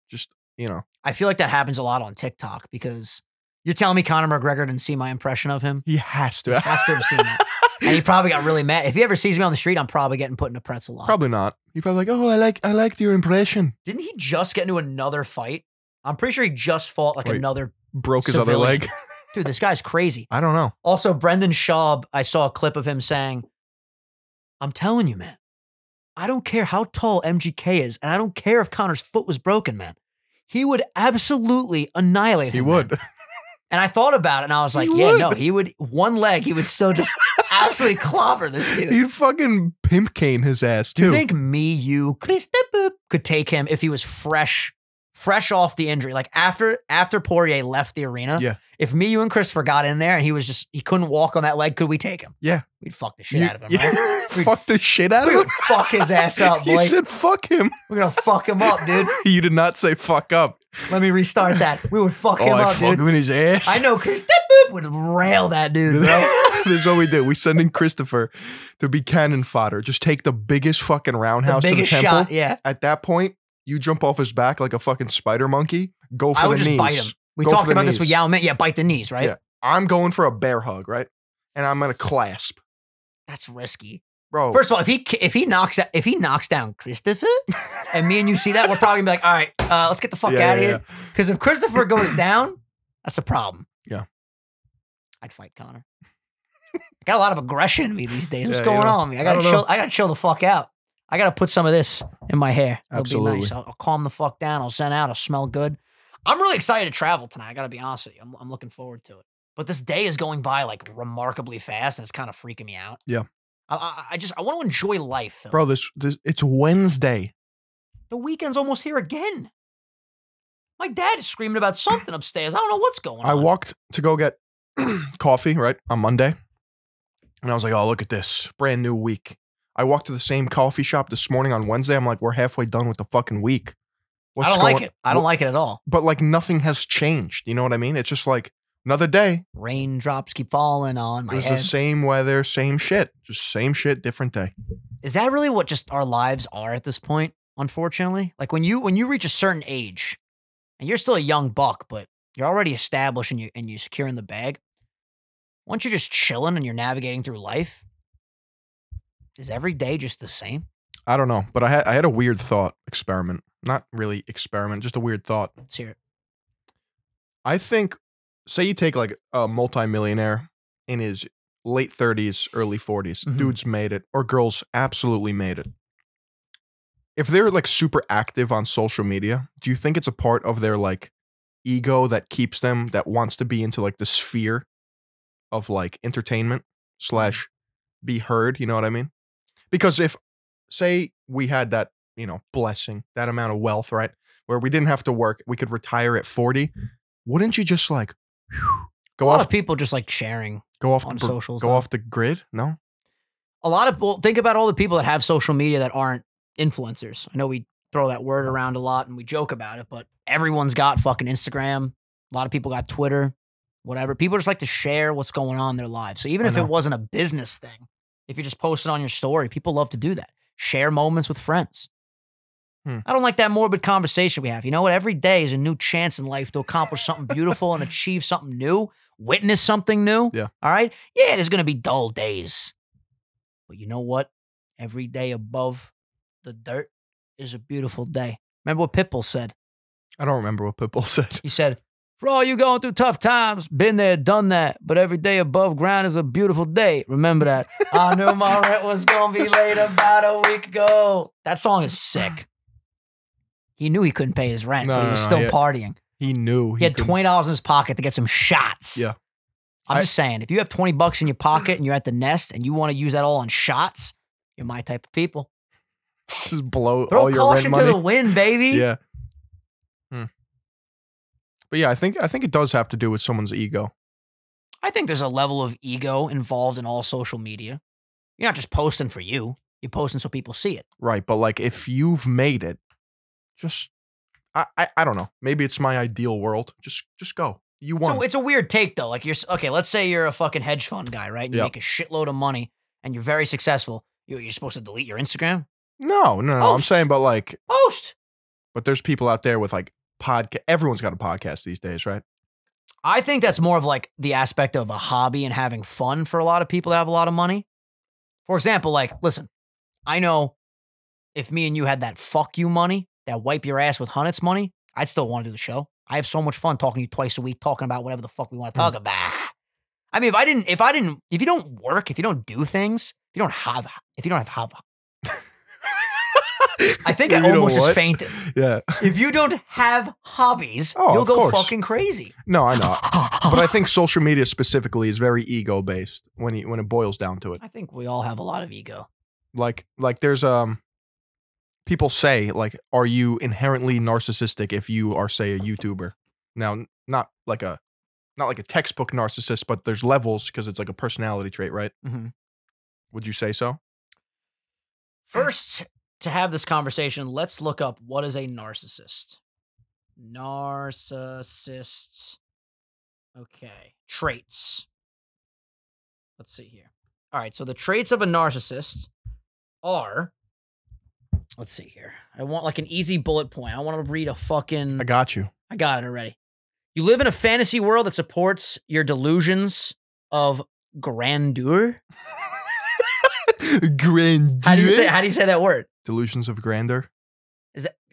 [SPEAKER 2] just, you know,
[SPEAKER 1] I feel like that happens a lot on TikTok because you're telling me Conor McGregor didn't see my impression of him.
[SPEAKER 2] he has to.
[SPEAKER 1] Has to have seen it. And he probably got really mad. If he ever sees me on the street, I'm probably getting put in a pretzel lot.
[SPEAKER 2] Probably not. He probably like, oh, I like, I liked your impression.
[SPEAKER 1] Didn't he just get into another fight? I'm pretty sure he just fought like
[SPEAKER 2] Wait.
[SPEAKER 1] another.
[SPEAKER 2] Broke his other
[SPEAKER 1] Civilian.
[SPEAKER 2] leg.
[SPEAKER 1] Dude, this guy's crazy.
[SPEAKER 2] I don't know.
[SPEAKER 1] Also, Brendan Schaub, I saw a clip of him saying, I'm telling you, man, I don't care how tall MGK is, and I don't care if Connor's foot was broken, man. He would absolutely annihilate
[SPEAKER 2] He
[SPEAKER 1] him. man."
[SPEAKER 2] would.
[SPEAKER 1] And I thought about it and I was
[SPEAKER 2] He
[SPEAKER 1] like, yeah,
[SPEAKER 2] would.
[SPEAKER 1] no, he would, one leg, he would still just absolutely clobber this dude.
[SPEAKER 2] He'd fucking pimp cane his ass
[SPEAKER 1] Do
[SPEAKER 2] too.
[SPEAKER 1] you think me, you, Chris the Boop could take him if he was fresh, fresh off the injury? Like after after Poirier left the arena,
[SPEAKER 2] Yeah.
[SPEAKER 1] If me, you, and Christopher got in there and he was just he couldn't walk on that leg, could we take him?
[SPEAKER 2] Yeah.
[SPEAKER 1] we'd fuck the shit
[SPEAKER 2] You-
[SPEAKER 1] out of him.
[SPEAKER 2] yeah.
[SPEAKER 1] Right? We'd-
[SPEAKER 2] fuck the shit out
[SPEAKER 1] We
[SPEAKER 2] of
[SPEAKER 1] would
[SPEAKER 2] him.
[SPEAKER 1] fuck his ass up,
[SPEAKER 2] You
[SPEAKER 1] Blake.
[SPEAKER 2] said fuck him.
[SPEAKER 1] We're gonna fuck him up, dude.
[SPEAKER 2] you did not say fuck up.
[SPEAKER 1] Let me restart that. We would fuck him
[SPEAKER 2] oh, I
[SPEAKER 1] up,
[SPEAKER 2] fuck
[SPEAKER 1] dude.
[SPEAKER 2] him in his ass.
[SPEAKER 1] I know Chris the Boop would rail that dude, bro.
[SPEAKER 2] this is what we do. We send in Christopher to be cannon fodder. Just take the biggest fucking
[SPEAKER 1] The
[SPEAKER 2] roundhouse to the
[SPEAKER 1] biggest
[SPEAKER 2] temple.
[SPEAKER 1] shot, yeah.
[SPEAKER 2] At that point, you jump off his back like a fucking spider monkey. Go for
[SPEAKER 1] I would
[SPEAKER 2] the
[SPEAKER 1] just
[SPEAKER 2] knees.
[SPEAKER 1] bite him. We
[SPEAKER 2] Go for
[SPEAKER 1] talked
[SPEAKER 2] the
[SPEAKER 1] about this with
[SPEAKER 2] knees.
[SPEAKER 1] Yao Ming. Yeah, bite the knees, right?
[SPEAKER 2] Yeah. I'm going for a bear hug, right? And I'm gonna clasp,
[SPEAKER 1] That's risky.
[SPEAKER 2] bro.
[SPEAKER 1] First of all, if he if he knocks if he knocks down Christopher, and me and you see that, we're probably gonna be like, all right, uh, let's get the fuck
[SPEAKER 2] Yeah,
[SPEAKER 1] out of
[SPEAKER 2] yeah,
[SPEAKER 1] here. Because if Christopher goes down, that's a problem.
[SPEAKER 2] Yeah.
[SPEAKER 1] I'd fight Connor. I got a lot of aggression in me these days. What's
[SPEAKER 2] Yeah, you
[SPEAKER 1] going
[SPEAKER 2] know,
[SPEAKER 1] on? with Me? I
[SPEAKER 2] I
[SPEAKER 1] gotta
[SPEAKER 2] don't
[SPEAKER 1] chill.
[SPEAKER 2] know.
[SPEAKER 1] I gotta chill the fuck out. I gotta put some of this in my hair. It'll be nice.
[SPEAKER 2] Absolutely.
[SPEAKER 1] I'll, I'll calm the fuck down. I'll zen out. I'll smell good. I'm really excited to travel tonight. I gotta be honest with you. I'm, I'm looking forward to it. But this day is going by like remarkably fast, and it's kind of freaking me out.
[SPEAKER 2] Yeah.
[SPEAKER 1] I, I, I just I want to enjoy life, Phil.
[SPEAKER 2] Bro, this, this it's Wednesday.
[SPEAKER 1] The weekend's almost here again. My dad is screaming about something upstairs. I don't know what's going on.
[SPEAKER 2] I walked to go get coffee, right, on Monday. And I was like, oh, look at this. Brand new week. I walked to the same coffee shop this morning on Wednesday. I'm like, we're halfway done with the fucking week.
[SPEAKER 1] I don't like
[SPEAKER 2] going-
[SPEAKER 1] it. I don't
[SPEAKER 2] Wh-
[SPEAKER 1] like it at all.
[SPEAKER 2] But like nothing has changed. You know what I mean? It's just like another day.
[SPEAKER 1] Raindrops keep falling on my
[SPEAKER 2] It was
[SPEAKER 1] head.
[SPEAKER 2] the same weather, same shit. Just same shit, different day.
[SPEAKER 1] is that really what just our lives are at this point unfortunately like when you when you reach a certain age and you're still a young buck but you're already established and you and you secure in the bag once you're just chilling and you're navigating through life is every day just the same
[SPEAKER 2] I don't know, but I had I had a weird thought experiment. Not really experiment, just a weird thought.
[SPEAKER 1] let's hear it
[SPEAKER 2] I think, say you take like a multimillionaire in his late 30s, early 40s,
[SPEAKER 1] Mhm.
[SPEAKER 2] dudes made it, or girls absolutely made it. If they're like super active on social media, do you think it's a part of their like ego that keeps them, that wants to be into like the sphere of like entertainment slash be heard? You know what I mean? Because if, say, we had that, you know, blessing, that amount of wealth, right? Where we didn't have to work, we could retire at 40 wouldn't you just like whew,
[SPEAKER 1] Mm. a
[SPEAKER 2] go
[SPEAKER 1] lot
[SPEAKER 2] off
[SPEAKER 1] of people just like sharing
[SPEAKER 2] go off
[SPEAKER 1] on
[SPEAKER 2] the, br-
[SPEAKER 1] socials,
[SPEAKER 2] go
[SPEAKER 1] though.
[SPEAKER 2] off the grid no
[SPEAKER 1] a lot of well think about all the people that have social media that aren't influencers i know we throw that word around a lot and we joke about it but everyone's got fucking instagram a lot of people got twitter whatever people just like to share what's going on in their lives so even
[SPEAKER 2] I
[SPEAKER 1] if
[SPEAKER 2] know.
[SPEAKER 1] it wasn't a business thing if you just post it on your story people love to do that share moments with friends
[SPEAKER 2] Hmm.
[SPEAKER 1] i don't like that morbid conversation we have you know what every day is a new chance in life to accomplish something beautiful and achieve something new witness something new
[SPEAKER 2] Yeah.
[SPEAKER 1] all right yeah there's gonna be dull days but you know what? Every day above the dirt is a beautiful day. Remember what Pitbull said?
[SPEAKER 2] i don't remember what pitbull said
[SPEAKER 1] He said, For all you going through tough times, been there, done that, but every day above ground is a beautiful day. Remember that. I knew my rent was going to be late about a week ago. That song is sick. He knew he couldn't pay his rent,
[SPEAKER 2] No,
[SPEAKER 1] but he
[SPEAKER 2] no,
[SPEAKER 1] was
[SPEAKER 2] no,
[SPEAKER 1] still
[SPEAKER 2] he-
[SPEAKER 1] partying.
[SPEAKER 2] he knew
[SPEAKER 1] He had
[SPEAKER 2] couldn't-
[SPEAKER 1] twenty dollars in his pocket to get some shots.
[SPEAKER 2] Yeah.
[SPEAKER 1] I'm
[SPEAKER 2] I-
[SPEAKER 1] just saying, if you have twenty bucks in your pocket and you're at the nest and you want to use that all on shots, you're my type of people.
[SPEAKER 2] just blow
[SPEAKER 1] Throw
[SPEAKER 2] all your rent
[SPEAKER 1] caution to
[SPEAKER 2] money
[SPEAKER 1] the wind, baby.
[SPEAKER 2] yeah Hmm. but yeah i think i think it does have to do with someone's ego
[SPEAKER 1] I think there's a level of ego involved in all social media. You're not just posting for you. You're posting so people see it.
[SPEAKER 2] right but like if you've made it just i i, I don't know maybe it's my ideal world just just go you won
[SPEAKER 1] So it's a weird take though. Like you're s- okay. Let's say you're a fucking hedge fund guy, right? And you
[SPEAKER 2] Yeah.
[SPEAKER 1] make a shitload of money and you're very successful. You- You're supposed to delete your Instagram
[SPEAKER 2] no no no i'm
[SPEAKER 1] Post.
[SPEAKER 2] saying but like
[SPEAKER 1] post.
[SPEAKER 2] but there's people out there with like podcast everyone's got a podcast these days right
[SPEAKER 1] I think that's more of like the aspect of a hobby and having fun for a lot of people that have a lot of money. For example, like, listen, I know if me and you had that fuck you money, that wipe your ass with Hunnits money, I'd still want to do the show. I have so much fun talking to you twice a week, talking about whatever the fuck we want to
[SPEAKER 2] Hmm.
[SPEAKER 1] talk about. I mean, if I didn't, if I didn't, if you don't work, if you don't do things, if you don't have, if you don't have, have I think I
[SPEAKER 2] You don't
[SPEAKER 1] almost just
[SPEAKER 2] what?
[SPEAKER 1] fainted.
[SPEAKER 2] yeah
[SPEAKER 1] If you don't have hobbies,
[SPEAKER 2] Oh,
[SPEAKER 1] you'll
[SPEAKER 2] of
[SPEAKER 1] go
[SPEAKER 2] course.
[SPEAKER 1] fucking crazy.
[SPEAKER 2] no i know but I think social media specifically is very ego based when you, when it boils down to it.
[SPEAKER 1] I think we all have a lot of ego.
[SPEAKER 2] Like like there's um people say like are you inherently narcissistic if you are say a YouTuber? Now n- not like a not like a textbook narcissist, but there's levels because it's like a personality trait, right?
[SPEAKER 1] Mhm.
[SPEAKER 2] Would you say so?
[SPEAKER 1] First, to have this conversation, let's look up what is a narcissist. Narcissists. Okay. Traits. Let's see here. All right. So the traits of a narcissist are. Let's see here. I want like an easy bullet point. I want to read a fucking.
[SPEAKER 2] I got you.
[SPEAKER 1] I got it already. You live in a fantasy world that supports your delusions of grandeur.
[SPEAKER 2] Grandeur.
[SPEAKER 1] How do you say? How do you say that word?
[SPEAKER 2] Delusions of grandeur.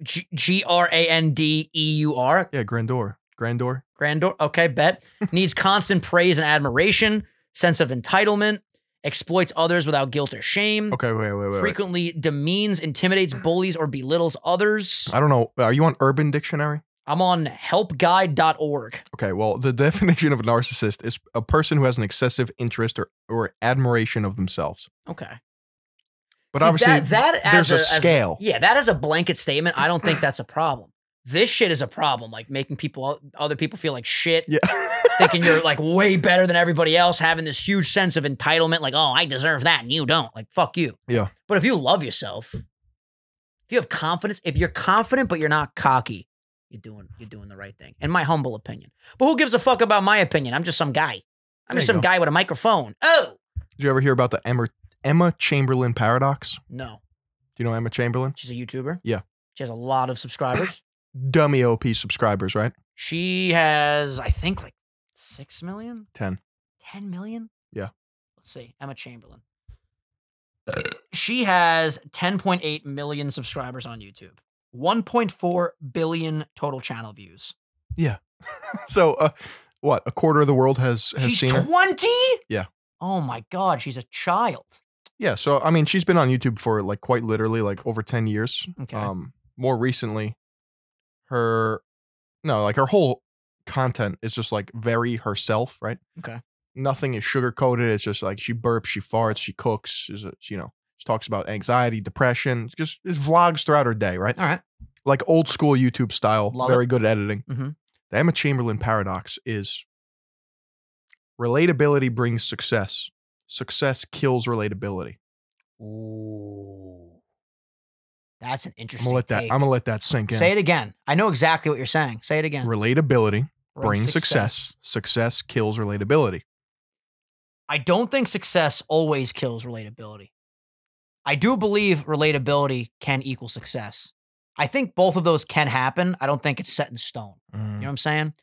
[SPEAKER 1] G R A N D E U R.
[SPEAKER 2] Yeah, grandeur. Grandeur.
[SPEAKER 1] Grandeur. Okay, bet. Needs constant praise and admiration, sense of entitlement, exploits others without guilt or shame,
[SPEAKER 2] Okay, wait, wait, wait. wait.
[SPEAKER 1] frequently demeans, intimidates, bullies, or belittles others.
[SPEAKER 2] I don't know. uh, Are you on Urban Dictionary?
[SPEAKER 1] I'm on helpguide.org.
[SPEAKER 2] Okay, well, the definition of a narcissist is a person who has an excessive interest or, or admiration of themselves.
[SPEAKER 1] Okay.
[SPEAKER 2] But
[SPEAKER 1] See,
[SPEAKER 2] obviously,
[SPEAKER 1] that, that as
[SPEAKER 2] there's a,
[SPEAKER 1] as-
[SPEAKER 2] scale.
[SPEAKER 1] yeah, that is a blanket statement. I don't think that's a problem. This shit is a problem, like making people, other people feel like shit,
[SPEAKER 2] yeah.
[SPEAKER 1] thinking you're like way better than everybody else, having this huge sense of entitlement, like, oh, I deserve that and you don't. Like, fuck you.
[SPEAKER 2] Yeah.
[SPEAKER 1] But if you love yourself, if you have confidence, if you're confident but you're not cocky, you're doing you're doing the right thing, in my humble opinion. But who gives a fuck about my opinion? I'm just some guy. I'm
[SPEAKER 2] There
[SPEAKER 1] just
[SPEAKER 2] you
[SPEAKER 1] some
[SPEAKER 2] go.
[SPEAKER 1] guy with a microphone. Oh
[SPEAKER 2] Did you ever hear about the Emma, Emma Chamberlain paradox?
[SPEAKER 1] no,
[SPEAKER 2] Do you know Emma Chamberlain?
[SPEAKER 1] she's a YouTuber.
[SPEAKER 2] Yeah.
[SPEAKER 1] she has a lot of subscribers.
[SPEAKER 2] Dummy OP subscribers, right?
[SPEAKER 1] She has, I think, like six million,
[SPEAKER 2] 10.
[SPEAKER 1] 10 million.
[SPEAKER 2] Yeah.
[SPEAKER 1] Let's see. Emma Chamberlain. she has 10.8 million subscribers on YouTube, 1.4 billion total channel views.
[SPEAKER 2] So, uh, what? A quarter of the world has, has
[SPEAKER 1] she's
[SPEAKER 2] seen her?
[SPEAKER 1] 20?
[SPEAKER 2] Yeah.
[SPEAKER 1] Oh my God. She's a child.
[SPEAKER 2] Yeah. So, I mean, she's been on YouTube for like quite literally like over 10 years.
[SPEAKER 1] Okay.
[SPEAKER 2] Um, more recently, her, no, like her whole content is just like very herself, right?
[SPEAKER 1] Okay.
[SPEAKER 2] Nothing is sugar coated. It's just like she burps, she farts, she cooks, she's a, she, you know, she talks about anxiety, depression, just, just vlogs throughout her day, right?
[SPEAKER 1] All right.
[SPEAKER 2] Like old school YouTube style,
[SPEAKER 1] Love
[SPEAKER 2] very good at editing.
[SPEAKER 1] Mhm.
[SPEAKER 2] The Emma Chamberlain paradox is relatability brings success. Success kills relatability.
[SPEAKER 1] Ooh. That's an
[SPEAKER 2] I'm
[SPEAKER 1] interesting
[SPEAKER 2] gonna let that.
[SPEAKER 1] take.
[SPEAKER 2] I'm gonna let that sink in.
[SPEAKER 1] Say it again. I know exactly what you're saying. Say it again.
[SPEAKER 2] Relatability
[SPEAKER 1] Bring
[SPEAKER 2] brings success. Success kills relatability.
[SPEAKER 1] I don't think success always kills relatability. I do believe relatability can equal success. I think both of those can happen. I don't think it's set in stone.
[SPEAKER 2] Mm.
[SPEAKER 1] You know what I'm saying?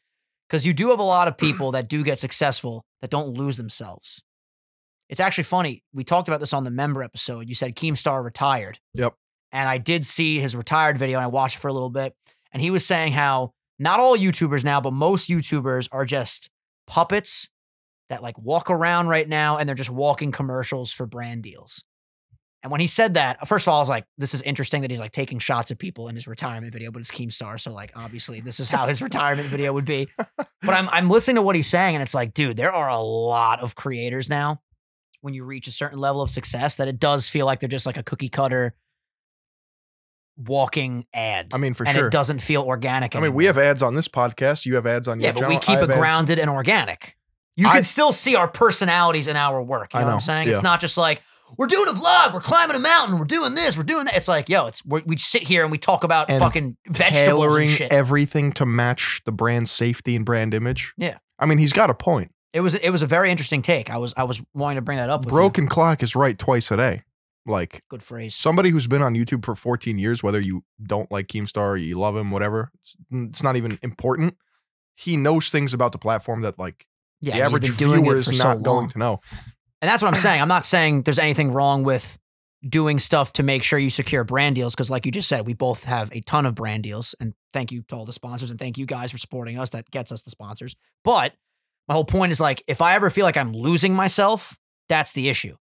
[SPEAKER 1] Because you do have a lot of people that do get successful that don't lose themselves. It's actually funny. We talked about this on the member episode. You said Keemstar retired.
[SPEAKER 2] Yep.
[SPEAKER 1] And I did see his retired video and I watched it for a little bit. And he was saying how not all YouTubers now, but most YouTubers are just puppets that like walk around right now and they're just walking commercials for brand deals. And when he said that, uh, first of all, I was like, this is interesting that he's like taking shots at people in his retirement video, but it's Keemstar. So like obviously this is how his retirement video would be. But I'm I'm listening to what he's saying, and it's like, dude, there are a lot of creators now when you reach a certain level of success that it does feel like they're just like a cookie cutter walking ad.
[SPEAKER 2] I mean, for
[SPEAKER 1] and
[SPEAKER 2] sure.
[SPEAKER 1] it doesn't feel organic.
[SPEAKER 2] I mean, we have ads on this podcast. You have ads on
[SPEAKER 1] yeah,
[SPEAKER 2] your
[SPEAKER 1] but
[SPEAKER 2] channel.
[SPEAKER 1] we keep
[SPEAKER 2] I
[SPEAKER 1] it
[SPEAKER 2] have ads-
[SPEAKER 1] grounded and organic. You
[SPEAKER 2] I-
[SPEAKER 1] can still see our personalities in our work. You
[SPEAKER 2] I
[SPEAKER 1] know, what I'm
[SPEAKER 2] know,
[SPEAKER 1] saying?
[SPEAKER 2] yeah.
[SPEAKER 1] It's not just like we're doing a vlog, we're climbing a mountain, we're doing this, we're doing that. It's like, yo, it's we're, we sit here and we talk about
[SPEAKER 2] And
[SPEAKER 1] fucking vegetables
[SPEAKER 2] Tailoring
[SPEAKER 1] and shit.
[SPEAKER 2] everything to match the brand safety and brand image.
[SPEAKER 1] Yeah.
[SPEAKER 2] I mean, he's got a point.
[SPEAKER 1] it was it was a very interesting take. I was I was wanting to bring that up. With you.
[SPEAKER 2] Broken clock is right twice a day. Like
[SPEAKER 1] Good phrase.
[SPEAKER 2] somebody who's been on YouTube for 14 years, whether you don't like Keemstar or you love him, whatever, it's, it's not even important. He knows things about the platform that like
[SPEAKER 1] yeah,
[SPEAKER 2] the
[SPEAKER 1] and he's
[SPEAKER 2] average
[SPEAKER 1] been doing
[SPEAKER 2] viewer
[SPEAKER 1] it
[SPEAKER 2] is
[SPEAKER 1] for
[SPEAKER 2] not
[SPEAKER 1] so long.
[SPEAKER 2] going to know.
[SPEAKER 1] And that's what I'm saying. I'm not saying there's anything wrong with doing stuff to make sure you secure brand deals because, like you just said, we both have a ton of brand deals. And thank you to all the sponsors and thank you guys for supporting us. That gets us the sponsors. But my whole point is like, if I ever feel like I'm losing myself, that's the issue.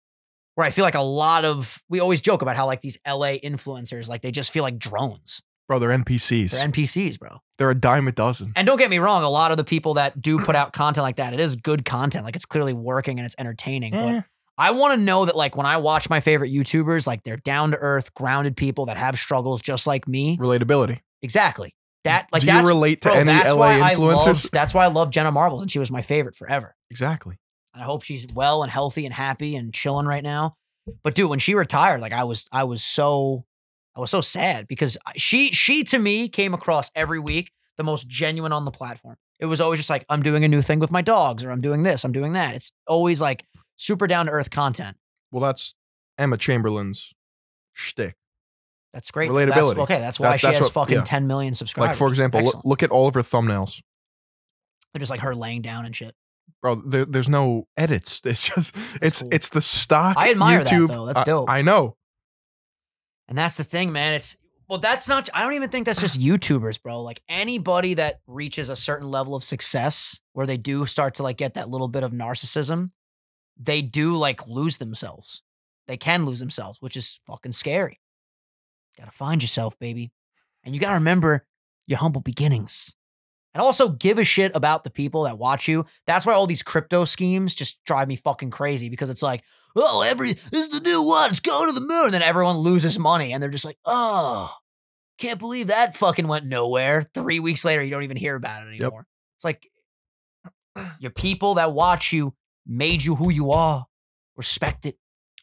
[SPEAKER 1] Where I feel like a lot of, we always joke about how like these LA influencers, like they just feel like drones.
[SPEAKER 2] Bro, they're NPCs.
[SPEAKER 1] They're NPCs, bro.
[SPEAKER 2] they're a dime a dozen.
[SPEAKER 1] And don't get me wrong, a lot of the people that do put out content like that, it is good content. Like it's clearly working and it's entertaining.
[SPEAKER 2] Eh.
[SPEAKER 1] But I want to know that like when I watch my favorite YouTubers, like they're down to earth, grounded people that have struggles just like me.
[SPEAKER 2] Relatability.
[SPEAKER 1] Exactly. That like
[SPEAKER 2] Do
[SPEAKER 1] that's
[SPEAKER 2] you relate to
[SPEAKER 1] bro,
[SPEAKER 2] any
[SPEAKER 1] that's
[SPEAKER 2] LA
[SPEAKER 1] why I
[SPEAKER 2] influencers?
[SPEAKER 1] loved, that's why I love Jenna Marbles and she was my favorite forever.
[SPEAKER 2] exactly.
[SPEAKER 1] And I hope she's well and healthy and happy and chilling right now. But dude, when she retired, like I was I was so I was so sad because I- she she to me came across every week the most genuine on the platform. It was always just like I'm doing a new thing with my dogs or I'm doing this, I'm doing that. It's always like super down to earth content.
[SPEAKER 2] Well, that's Emma Chamberlain's shtick.
[SPEAKER 1] That's great.
[SPEAKER 2] Relatability.
[SPEAKER 1] That's, okay, that's why
[SPEAKER 2] That's-
[SPEAKER 1] she
[SPEAKER 2] that's
[SPEAKER 1] has
[SPEAKER 2] what-
[SPEAKER 1] fucking
[SPEAKER 2] yeah.
[SPEAKER 1] 10 million subscribers.
[SPEAKER 2] Like, for
[SPEAKER 1] which is
[SPEAKER 2] example, look,
[SPEAKER 1] excellent.
[SPEAKER 2] look at all of her thumbnails.
[SPEAKER 1] They're just like her laying down and shit.
[SPEAKER 2] Bro, there, there's no edits. It's just it's
[SPEAKER 1] cool.
[SPEAKER 2] it's the stock.
[SPEAKER 1] I admire that,
[SPEAKER 2] YouTube.
[SPEAKER 1] though. That's
[SPEAKER 2] I-
[SPEAKER 1] dope.
[SPEAKER 2] I know.
[SPEAKER 1] And that's the thing, man. It's Well, that's not. I don't even think that's just YouTubers, bro. Like anybody that reaches a certain level of success where they do start to like get that little bit of narcissism, they do like lose themselves. They can lose themselves, which is fucking scary. Gotta find yourself, baby. And you gotta remember your humble beginnings. And also give a shit about the people that watch you. That's why all these crypto schemes just drive me fucking crazy because it's like, oh, every this is the new one. It's going to the moon. And then everyone loses money and they're just like, oh, can't believe that fucking went nowhere. Three weeks later, you don't even hear about it anymore. It's like your people that watch you made you who you are. Respect it.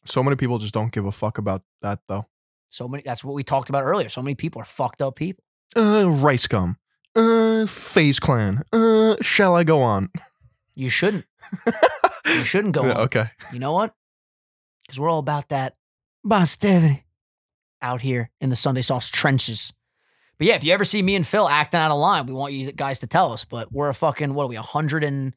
[SPEAKER 2] So many people just don't give a fuck about that though.
[SPEAKER 1] So many. That's what we talked about earlier. So many people are fucked up people.
[SPEAKER 2] Uh, Rice Gum. Uh, Phase Clan. Uh, Shall I Go On?
[SPEAKER 1] You shouldn't. You shouldn't go.
[SPEAKER 2] Yeah,
[SPEAKER 1] on.
[SPEAKER 2] okay.
[SPEAKER 1] You know what? Because we're all about that positivity out here in the Sunday Sauce trenches. But yeah, if you ever see me and Phil acting out of line, we want you guys to tell us. But we're a fucking, what are we, 100 and,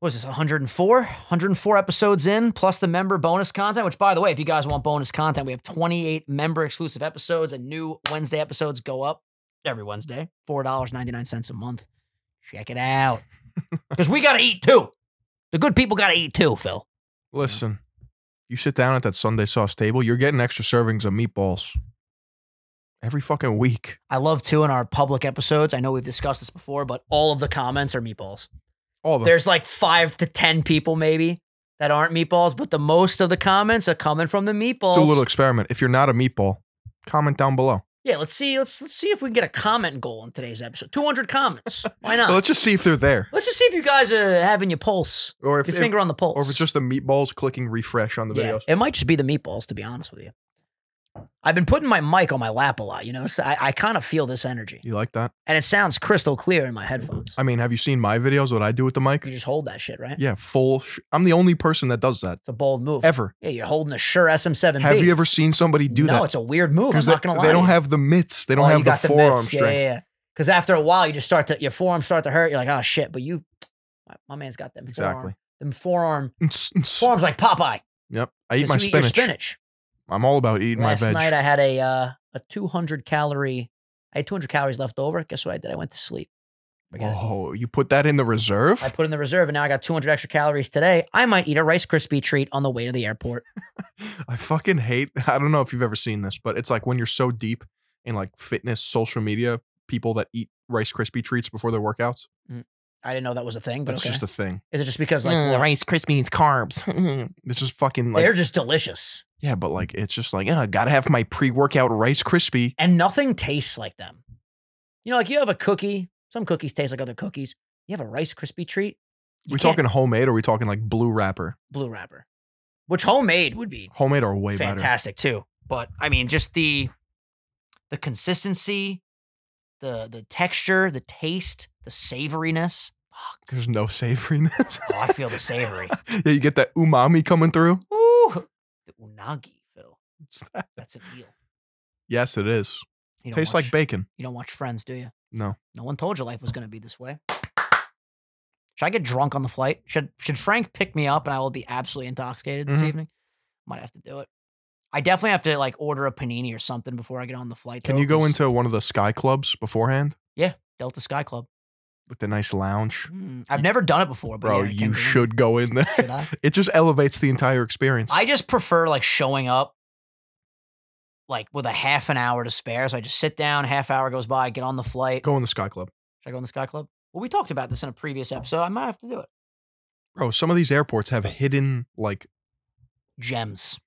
[SPEAKER 1] what is this, 104? 104 episodes in, plus the member bonus content, which by the way, if you guys want bonus content, we have 28 member exclusive episodes and new Wednesday episodes go up every Wednesday, $4.99 a month. Check it out. Because we got to eat too. The good people got to eat too, Phil.
[SPEAKER 2] Listen, you sit down at that Sunday sauce table, you're getting extra servings of meatballs every fucking week.
[SPEAKER 1] I love too in our public episodes. I know we've discussed this before, but all of the comments are meatballs.
[SPEAKER 2] All of them.
[SPEAKER 1] There's like five to ten people maybe that aren't meatballs, but the most of the comments are coming from the
[SPEAKER 2] Let's
[SPEAKER 1] meatballs.
[SPEAKER 2] do a little experiment. If you're not a meatball, comment down below.
[SPEAKER 1] yeah, let's see. Let's let's see if we can get a comment goal in today's episode. Two hundred comments. Why
[SPEAKER 2] So
[SPEAKER 1] not?
[SPEAKER 2] let's just see if they're there,
[SPEAKER 1] let's just see if you guys are having your pulse,
[SPEAKER 2] or if,
[SPEAKER 1] your
[SPEAKER 2] if-
[SPEAKER 1] finger on the pulse,
[SPEAKER 2] or if it's just the meatballs clicking refresh on the
[SPEAKER 1] yeah.
[SPEAKER 2] videos.
[SPEAKER 1] It might just be the meatballs, to be honest with you. I've been putting my mic on my lap a lot, you know. So I, I kind of feel this energy,
[SPEAKER 2] You like that?
[SPEAKER 1] and it sounds crystal clear in my headphones.
[SPEAKER 2] I mean, have you seen my videos? What I do with the mic?
[SPEAKER 1] You just hold that shit, right?
[SPEAKER 2] Yeah, full. Sh- I'm the only person that does that
[SPEAKER 1] It's a bold move.
[SPEAKER 2] ever.
[SPEAKER 1] Yeah, you're holding a sure SM7B.
[SPEAKER 2] Have you ever seen somebody do
[SPEAKER 1] no,
[SPEAKER 2] that?
[SPEAKER 1] it's a weird move. I'm
[SPEAKER 2] Because they,
[SPEAKER 1] not gonna lie.
[SPEAKER 2] they don't
[SPEAKER 1] to you.
[SPEAKER 2] have the mitts. They don't
[SPEAKER 1] Oh, you
[SPEAKER 2] have the
[SPEAKER 1] got mitts.
[SPEAKER 2] forearm strength.
[SPEAKER 1] Yeah, yeah, yeah. Because after a while, you just start to your forearms start to hurt. You're like, oh shit. But you, my, my man's got them
[SPEAKER 2] Exactly.
[SPEAKER 1] forearm, them forearm
[SPEAKER 2] Ns- ns-
[SPEAKER 1] forearms like Popeye.
[SPEAKER 2] Yep. I eat
[SPEAKER 1] 'Cause
[SPEAKER 2] my
[SPEAKER 1] you Eat your
[SPEAKER 2] spinach.
[SPEAKER 1] spinach.
[SPEAKER 2] I'm all about eating
[SPEAKER 1] Last
[SPEAKER 2] my veg.
[SPEAKER 1] night I had a uh, a 200 calorie. I had 200 calories left over. Guess what I did? I went to sleep. Forget it.
[SPEAKER 2] oh, you put that in the reserve?
[SPEAKER 1] I put in the reserve, and now I got 200 extra calories today. I might eat a Rice Krispie treat on the way to the airport.
[SPEAKER 2] I fucking hate. I don't know if you've ever seen this, but it's like when you're so deep in like fitness, social media, people that eat Rice Krispie treats before their workouts.
[SPEAKER 1] I didn't know that was a thing, but
[SPEAKER 2] That's
[SPEAKER 1] okay.
[SPEAKER 2] just a thing.
[SPEAKER 1] Is it just because like
[SPEAKER 4] Mm,
[SPEAKER 1] well,
[SPEAKER 4] Rice Krispies carbs.
[SPEAKER 2] It's just fucking
[SPEAKER 1] they're
[SPEAKER 2] like
[SPEAKER 1] just delicious?
[SPEAKER 2] yeah, but like it's just like yeah, I gotta have my pre-workout Rice Krispie.
[SPEAKER 1] and nothing tastes like them. You know, like you have a cookie. Some cookies taste like other cookies. You have a Rice Krispie treat. You
[SPEAKER 2] we
[SPEAKER 1] can't-
[SPEAKER 2] talking homemade or we talking like blue wrapper?
[SPEAKER 1] blue wrapper, which homemade would be
[SPEAKER 2] Homemade or way better.
[SPEAKER 1] fantastic too. But I mean, just the the consistency, the the texture, the taste, the savoriness. Fuck,
[SPEAKER 2] There's no savoriness.
[SPEAKER 1] oh, I feel the savory.
[SPEAKER 2] yeah, you get that umami coming through.
[SPEAKER 1] Ooh, the unagi, Phil.
[SPEAKER 2] What's that?
[SPEAKER 1] That's an eel.
[SPEAKER 2] Yes, it is.
[SPEAKER 1] You don't
[SPEAKER 2] Tastes
[SPEAKER 1] watch,
[SPEAKER 2] like bacon.
[SPEAKER 1] you don't watch Friends, do you?
[SPEAKER 2] No.
[SPEAKER 1] No one told you life was going to be this way. Should I get drunk on the flight? Should Should Frank pick me up and I will be absolutely intoxicated this
[SPEAKER 2] Mhm.
[SPEAKER 1] evening? Might have to do it. I definitely have to like order a panini or something before I get on the flight.
[SPEAKER 2] Can
[SPEAKER 1] though,
[SPEAKER 2] you go
[SPEAKER 1] 'cause
[SPEAKER 2] into one of the sky clubs beforehand
[SPEAKER 1] Delta Sky Club?
[SPEAKER 2] with the nice lounge?
[SPEAKER 1] Hmm. I've never done it before, but
[SPEAKER 2] Bro,
[SPEAKER 1] yeah, I can
[SPEAKER 2] you
[SPEAKER 1] do it.
[SPEAKER 2] should go in there.
[SPEAKER 1] Should I?
[SPEAKER 2] It just elevates the entire experience.
[SPEAKER 1] I just prefer like showing up like with a half an hour to spare. So I just sit down, half hour goes by, get on the flight.
[SPEAKER 2] go in the Sky Club.
[SPEAKER 1] Should I go in the Sky Club? Well, we talked about this in a previous episode. I might have to do it.
[SPEAKER 2] Bro, some of these airports have hidden, like,
[SPEAKER 1] Gems,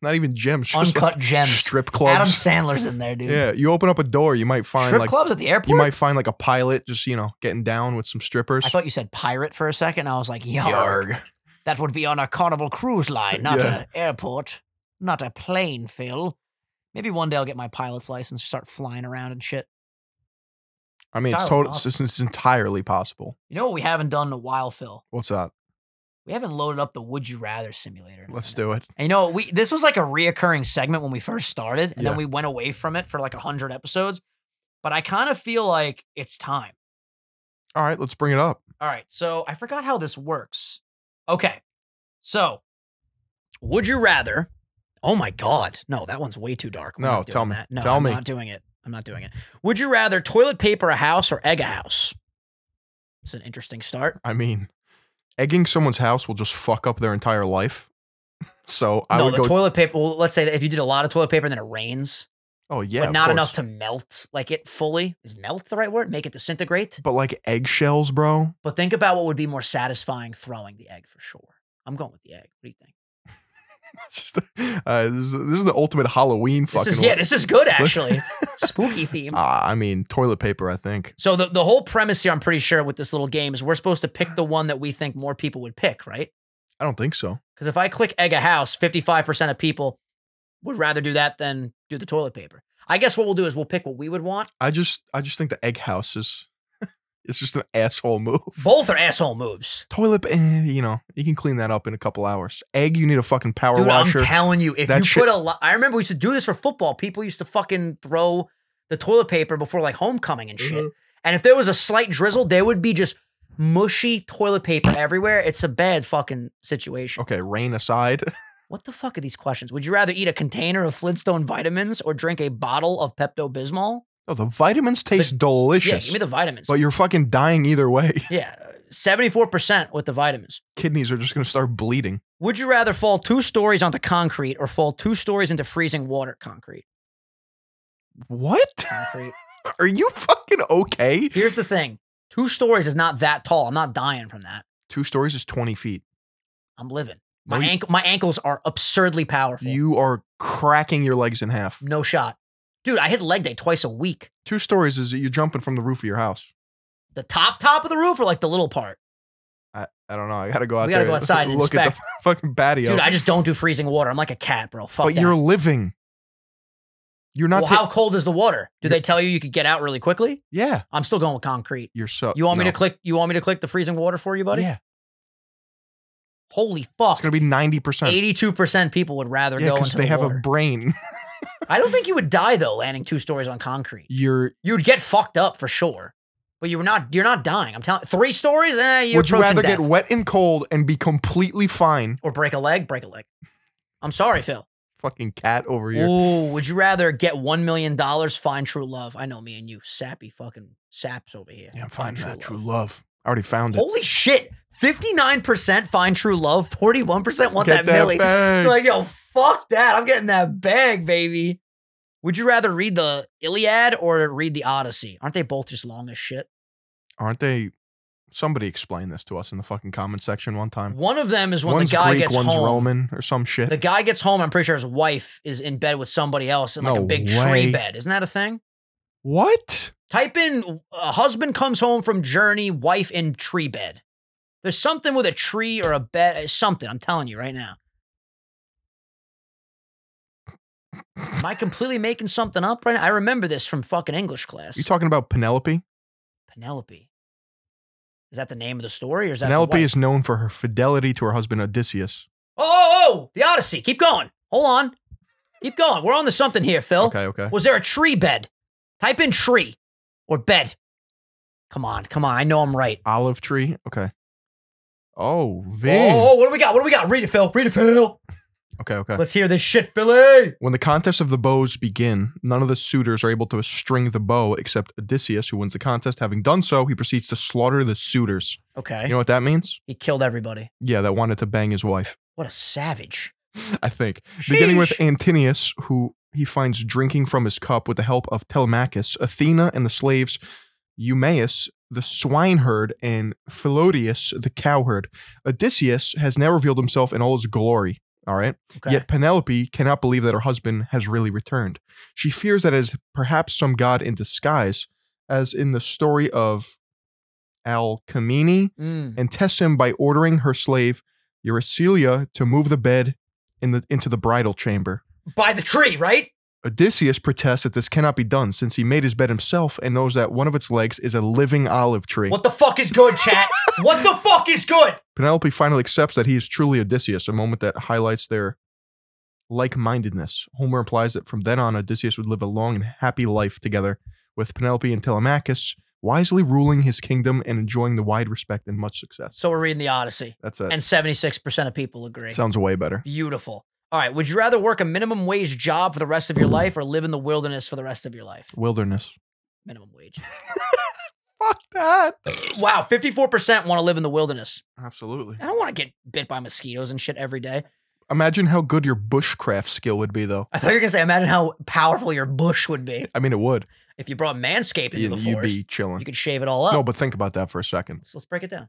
[SPEAKER 2] not even gems, just like,
[SPEAKER 1] uncut gems.
[SPEAKER 2] strip clubs.
[SPEAKER 1] Adam Sandler's in there, dude.
[SPEAKER 2] yeah, you open up a door, you might find,
[SPEAKER 1] Strip
[SPEAKER 2] like,
[SPEAKER 1] clubs at the airport.
[SPEAKER 2] you might find, like, a pilot just, you know, getting down with some strippers.
[SPEAKER 1] I thought you said pirate for a second. I was like, yarg.
[SPEAKER 2] Yarg.
[SPEAKER 1] That would be on a Carnival Cruise Line, not
[SPEAKER 2] Yeah.
[SPEAKER 1] an airport, not a plane, Phil. Maybe one day I'll get my pilot's license, start flying around and shit.
[SPEAKER 2] I mean, it's
[SPEAKER 1] Tyler,
[SPEAKER 2] total, it's, it's entirely possible.
[SPEAKER 1] You know what we haven't done in a while, Phil?
[SPEAKER 2] What's that?
[SPEAKER 1] We haven't loaded up the Would You Rather simulator. in a
[SPEAKER 2] Let's
[SPEAKER 1] minute.
[SPEAKER 2] do it.
[SPEAKER 1] And you know, what? we this was like a reoccurring segment when we first started, and
[SPEAKER 2] Yeah.
[SPEAKER 1] then we went away from it for like hundred episodes. But I kind of feel like it's time.
[SPEAKER 2] All right, let's bring it up.
[SPEAKER 1] All right, so I forgot how this works. Okay, so would you rather Oh my God. No, that one's way too dark. We're
[SPEAKER 2] No,
[SPEAKER 1] not doing
[SPEAKER 2] tell me.
[SPEAKER 1] that. No,
[SPEAKER 2] Tell
[SPEAKER 1] I'm
[SPEAKER 2] me.
[SPEAKER 1] not doing it. I'm not doing it. Would you rather toilet paper a house or egg a house? It's an interesting start.
[SPEAKER 2] I mean, egging someone's house will just fuck up their entire life. So I
[SPEAKER 1] no,
[SPEAKER 2] would
[SPEAKER 1] the
[SPEAKER 2] go.
[SPEAKER 1] toilet paper. Well, let's say that if you did a lot of toilet paper and then it rains,
[SPEAKER 2] oh yeah,
[SPEAKER 1] but
[SPEAKER 2] of
[SPEAKER 1] not
[SPEAKER 2] course.
[SPEAKER 1] enough to melt like it fully. Is melt the right word? Make it disintegrate.
[SPEAKER 2] But like eggshells, bro.
[SPEAKER 1] But think about what would be more satisfying: throwing the egg for sure. I'm going with the egg. What do you think?
[SPEAKER 2] It's just, uh, this, is, this is the ultimate Halloween fucking.
[SPEAKER 1] This is yeah. This is good actually. It's spooky theme.
[SPEAKER 2] Ah, I mean, toilet paper. I think.
[SPEAKER 1] So the, the whole premise here, I'm pretty sure, with this little game is we're supposed to pick the one that we think more people would pick, right?
[SPEAKER 2] I don't think so.
[SPEAKER 1] Because if I click egg a house, 55% of people would rather do that than do the toilet paper. I guess what we'll do is we'll pick what we would want.
[SPEAKER 2] I just, I just think the egg house is, it's just an asshole move.
[SPEAKER 1] Both are asshole moves.
[SPEAKER 2] Toilet, pa- eh, you know, you can clean that up in a couple hours. Egg, you need a fucking power
[SPEAKER 1] Dude,
[SPEAKER 2] washer.
[SPEAKER 1] I'm telling you, if
[SPEAKER 2] That
[SPEAKER 1] you
[SPEAKER 2] shit-
[SPEAKER 1] put a lot, I remember we used to do this for football. People used to fucking throw the toilet paper before like homecoming and
[SPEAKER 2] Mm-hmm.
[SPEAKER 1] shit. And if there was a slight drizzle, there would be just mushy toilet paper everywhere. It's a bad fucking situation.
[SPEAKER 2] okay, rain aside.
[SPEAKER 1] What the fuck are these questions? Would you rather eat a container of Flintstone vitamins or drink a bottle of Pepto Bismol?
[SPEAKER 2] Oh, the vitamins taste
[SPEAKER 1] Yeah,
[SPEAKER 2] delicious,
[SPEAKER 1] give me the vitamins.
[SPEAKER 2] but you're fucking dying either way.
[SPEAKER 1] yeah, 74% with the vitamins.
[SPEAKER 2] Kidneys are just gonna start bleeding.
[SPEAKER 1] Would you rather fall two stories onto concrete or fall two stories into freezing water concrete?
[SPEAKER 2] What?
[SPEAKER 1] Concrete.
[SPEAKER 2] Are you fucking okay?
[SPEAKER 1] Here's the thing two stories is not that tall. I'm not dying from that.
[SPEAKER 2] Two stories is twenty feet.
[SPEAKER 1] I'm living. My,
[SPEAKER 2] No, you-
[SPEAKER 1] ankle, my ankles are absurdly powerful.
[SPEAKER 2] You are cracking your legs in half.
[SPEAKER 1] no shot. Dude, I hit leg day twice a week.
[SPEAKER 2] Two stories is you're jumping from the roof of your house.
[SPEAKER 1] The top top of the roof or like the little part?
[SPEAKER 2] I, I don't know. I gotta go out
[SPEAKER 1] We gotta
[SPEAKER 2] there
[SPEAKER 1] go outside and
[SPEAKER 2] look at the fucking patio.
[SPEAKER 1] Dude, I just don't do freezing water. I'm like a cat, bro. Fuck
[SPEAKER 2] but
[SPEAKER 1] that.
[SPEAKER 2] you're living. You're not.
[SPEAKER 1] well,
[SPEAKER 2] ta-
[SPEAKER 1] how cold is the water? Do they tell you you could get out really quickly?
[SPEAKER 2] yeah,
[SPEAKER 1] I'm still going with concrete.
[SPEAKER 2] you're so.
[SPEAKER 1] You want me
[SPEAKER 2] Uh, no.
[SPEAKER 1] to click? You want me to click the freezing water for you, buddy?
[SPEAKER 2] Yeah,
[SPEAKER 1] Holy
[SPEAKER 2] it's
[SPEAKER 1] fuck!
[SPEAKER 2] gonna be ninety percent.
[SPEAKER 1] Eighty-two percent people would rather
[SPEAKER 2] Yeah,
[SPEAKER 1] go
[SPEAKER 2] because
[SPEAKER 1] into
[SPEAKER 2] they
[SPEAKER 1] the
[SPEAKER 2] have
[SPEAKER 1] water.
[SPEAKER 2] a brain.
[SPEAKER 1] I don't think you would die though, landing two stories on concrete.
[SPEAKER 2] You're.
[SPEAKER 1] You'd get fucked up for sure, but you're not. You're not dying. I'm telling. Three stories? Eh, you're
[SPEAKER 2] would you
[SPEAKER 1] approaching
[SPEAKER 2] rather
[SPEAKER 1] death.
[SPEAKER 2] get wet and cold and be completely fine?
[SPEAKER 1] or break a leg? Break a leg. I'm sorry, Phil.
[SPEAKER 2] Fucking cat over here.
[SPEAKER 1] Ooh, would you rather get one million dollars, find true love? I know me and you, sappy fucking saps over here.
[SPEAKER 2] Yeah, I'm fine. True, true love. I already found it.
[SPEAKER 1] Holy shit. 59% find true love, 41% want
[SPEAKER 2] Get
[SPEAKER 1] that, Millie.
[SPEAKER 2] bag.
[SPEAKER 1] You're like, yo, fuck that. I'm getting that bag, baby. Would you rather read the Iliad or read the Odyssey? Aren't they both just long as shit?
[SPEAKER 2] Aren't they? Somebody explained this to us in the fucking comment section one time.
[SPEAKER 1] One of them is when
[SPEAKER 2] one's
[SPEAKER 1] the guy
[SPEAKER 2] Greek,
[SPEAKER 1] gets
[SPEAKER 2] one's
[SPEAKER 1] home.
[SPEAKER 2] Roman, or some shit.
[SPEAKER 1] The guy gets home, I'm pretty sure his wife is in bed with somebody else in like a
[SPEAKER 2] No
[SPEAKER 1] big
[SPEAKER 2] way.
[SPEAKER 1] tree bed. Isn't that a thing?
[SPEAKER 2] what?
[SPEAKER 1] Type in uh, husband comes home from journey, wife in tree bed. There's something with a tree or a bed, uh, something. I'm telling you right now. Am I completely making something up right now? I remember this from fucking English class.
[SPEAKER 2] You talking about Penelope?
[SPEAKER 1] Penelope. Is that the name of the story or is that
[SPEAKER 2] Penelope
[SPEAKER 1] the
[SPEAKER 2] is known for her fidelity to her husband Odysseus.
[SPEAKER 1] Oh, oh, oh, the Odyssey. Keep going. Hold on. Keep going. We're on to something here, Phil.
[SPEAKER 2] Okay, okay.
[SPEAKER 1] Was there a tree bed? Type in tree or bed. Come on, come on. I know I'm right.
[SPEAKER 2] Olive tree. Okay. Oh, Vin.
[SPEAKER 1] Oh, what do we got? What do we got? Read it, Phil. Read it, Phil.
[SPEAKER 2] Okay, okay.
[SPEAKER 1] Let's hear this shit, Philly.
[SPEAKER 2] When the contest of the bows begin, none of the suitors are able to string the bow except Odysseus, who wins the contest. Having done so, he proceeds to slaughter the suitors.
[SPEAKER 1] Okay.
[SPEAKER 2] You know what that means?
[SPEAKER 1] he killed everybody.
[SPEAKER 2] Yeah, that wanted to bang his wife.
[SPEAKER 1] What a savage.
[SPEAKER 2] I think. Beginning with
[SPEAKER 1] Sheesh.
[SPEAKER 2] Antinius, who he finds drinking from his cup with the help of Telemachus, Athena, and the slaves Eumaeus, the swineherd, and Philodius, the cowherd. Odysseus has now revealed himself in all his glory. All right.
[SPEAKER 1] Okay.
[SPEAKER 2] Yet Penelope cannot believe that her husband has really returned. She fears that it is perhaps some god in disguise, as in the story of Alcmene,
[SPEAKER 1] Mm.
[SPEAKER 2] and tests him by ordering her slave Eurycelia to move the bed in the into the bridal chamber.
[SPEAKER 1] By the tree, right?
[SPEAKER 2] Odysseus protests that this cannot be done since he made his bed himself and knows that one of its legs is a living olive tree.
[SPEAKER 1] What the fuck is good, chat? what the fuck is good?
[SPEAKER 2] Penelope finally accepts that he is truly Odysseus, a moment that highlights their like-mindedness. Homer implies that from then on Odysseus would live a long and happy life together with Penelope and Telemachus, wisely ruling his kingdom and enjoying the wide respect and much success.
[SPEAKER 1] So we're reading the Odyssey,
[SPEAKER 2] That's it.
[SPEAKER 1] and 76% of people agree.
[SPEAKER 2] Sounds way better.
[SPEAKER 1] Beautiful. All right. Would you rather work a minimum wage job for the rest of your life or live in the wilderness for the rest of your life?
[SPEAKER 2] Wilderness.
[SPEAKER 1] Minimum wage.
[SPEAKER 2] Fuck that.
[SPEAKER 1] Wow. 54% want to live in the wilderness.
[SPEAKER 2] Absolutely.
[SPEAKER 1] I don't want to get bit by mosquitoes and shit every day.
[SPEAKER 2] Imagine how good your bushcraft skill would be, though.
[SPEAKER 1] I thought you were going to say, imagine how powerful your bush would be
[SPEAKER 2] I mean, it would.
[SPEAKER 1] if you brought Manscaped into
[SPEAKER 2] You,
[SPEAKER 1] the
[SPEAKER 2] would
[SPEAKER 1] forest.
[SPEAKER 2] be chilling.
[SPEAKER 1] You could shave it all up.
[SPEAKER 2] No, but think about that for a second.
[SPEAKER 1] let's, let's break it down.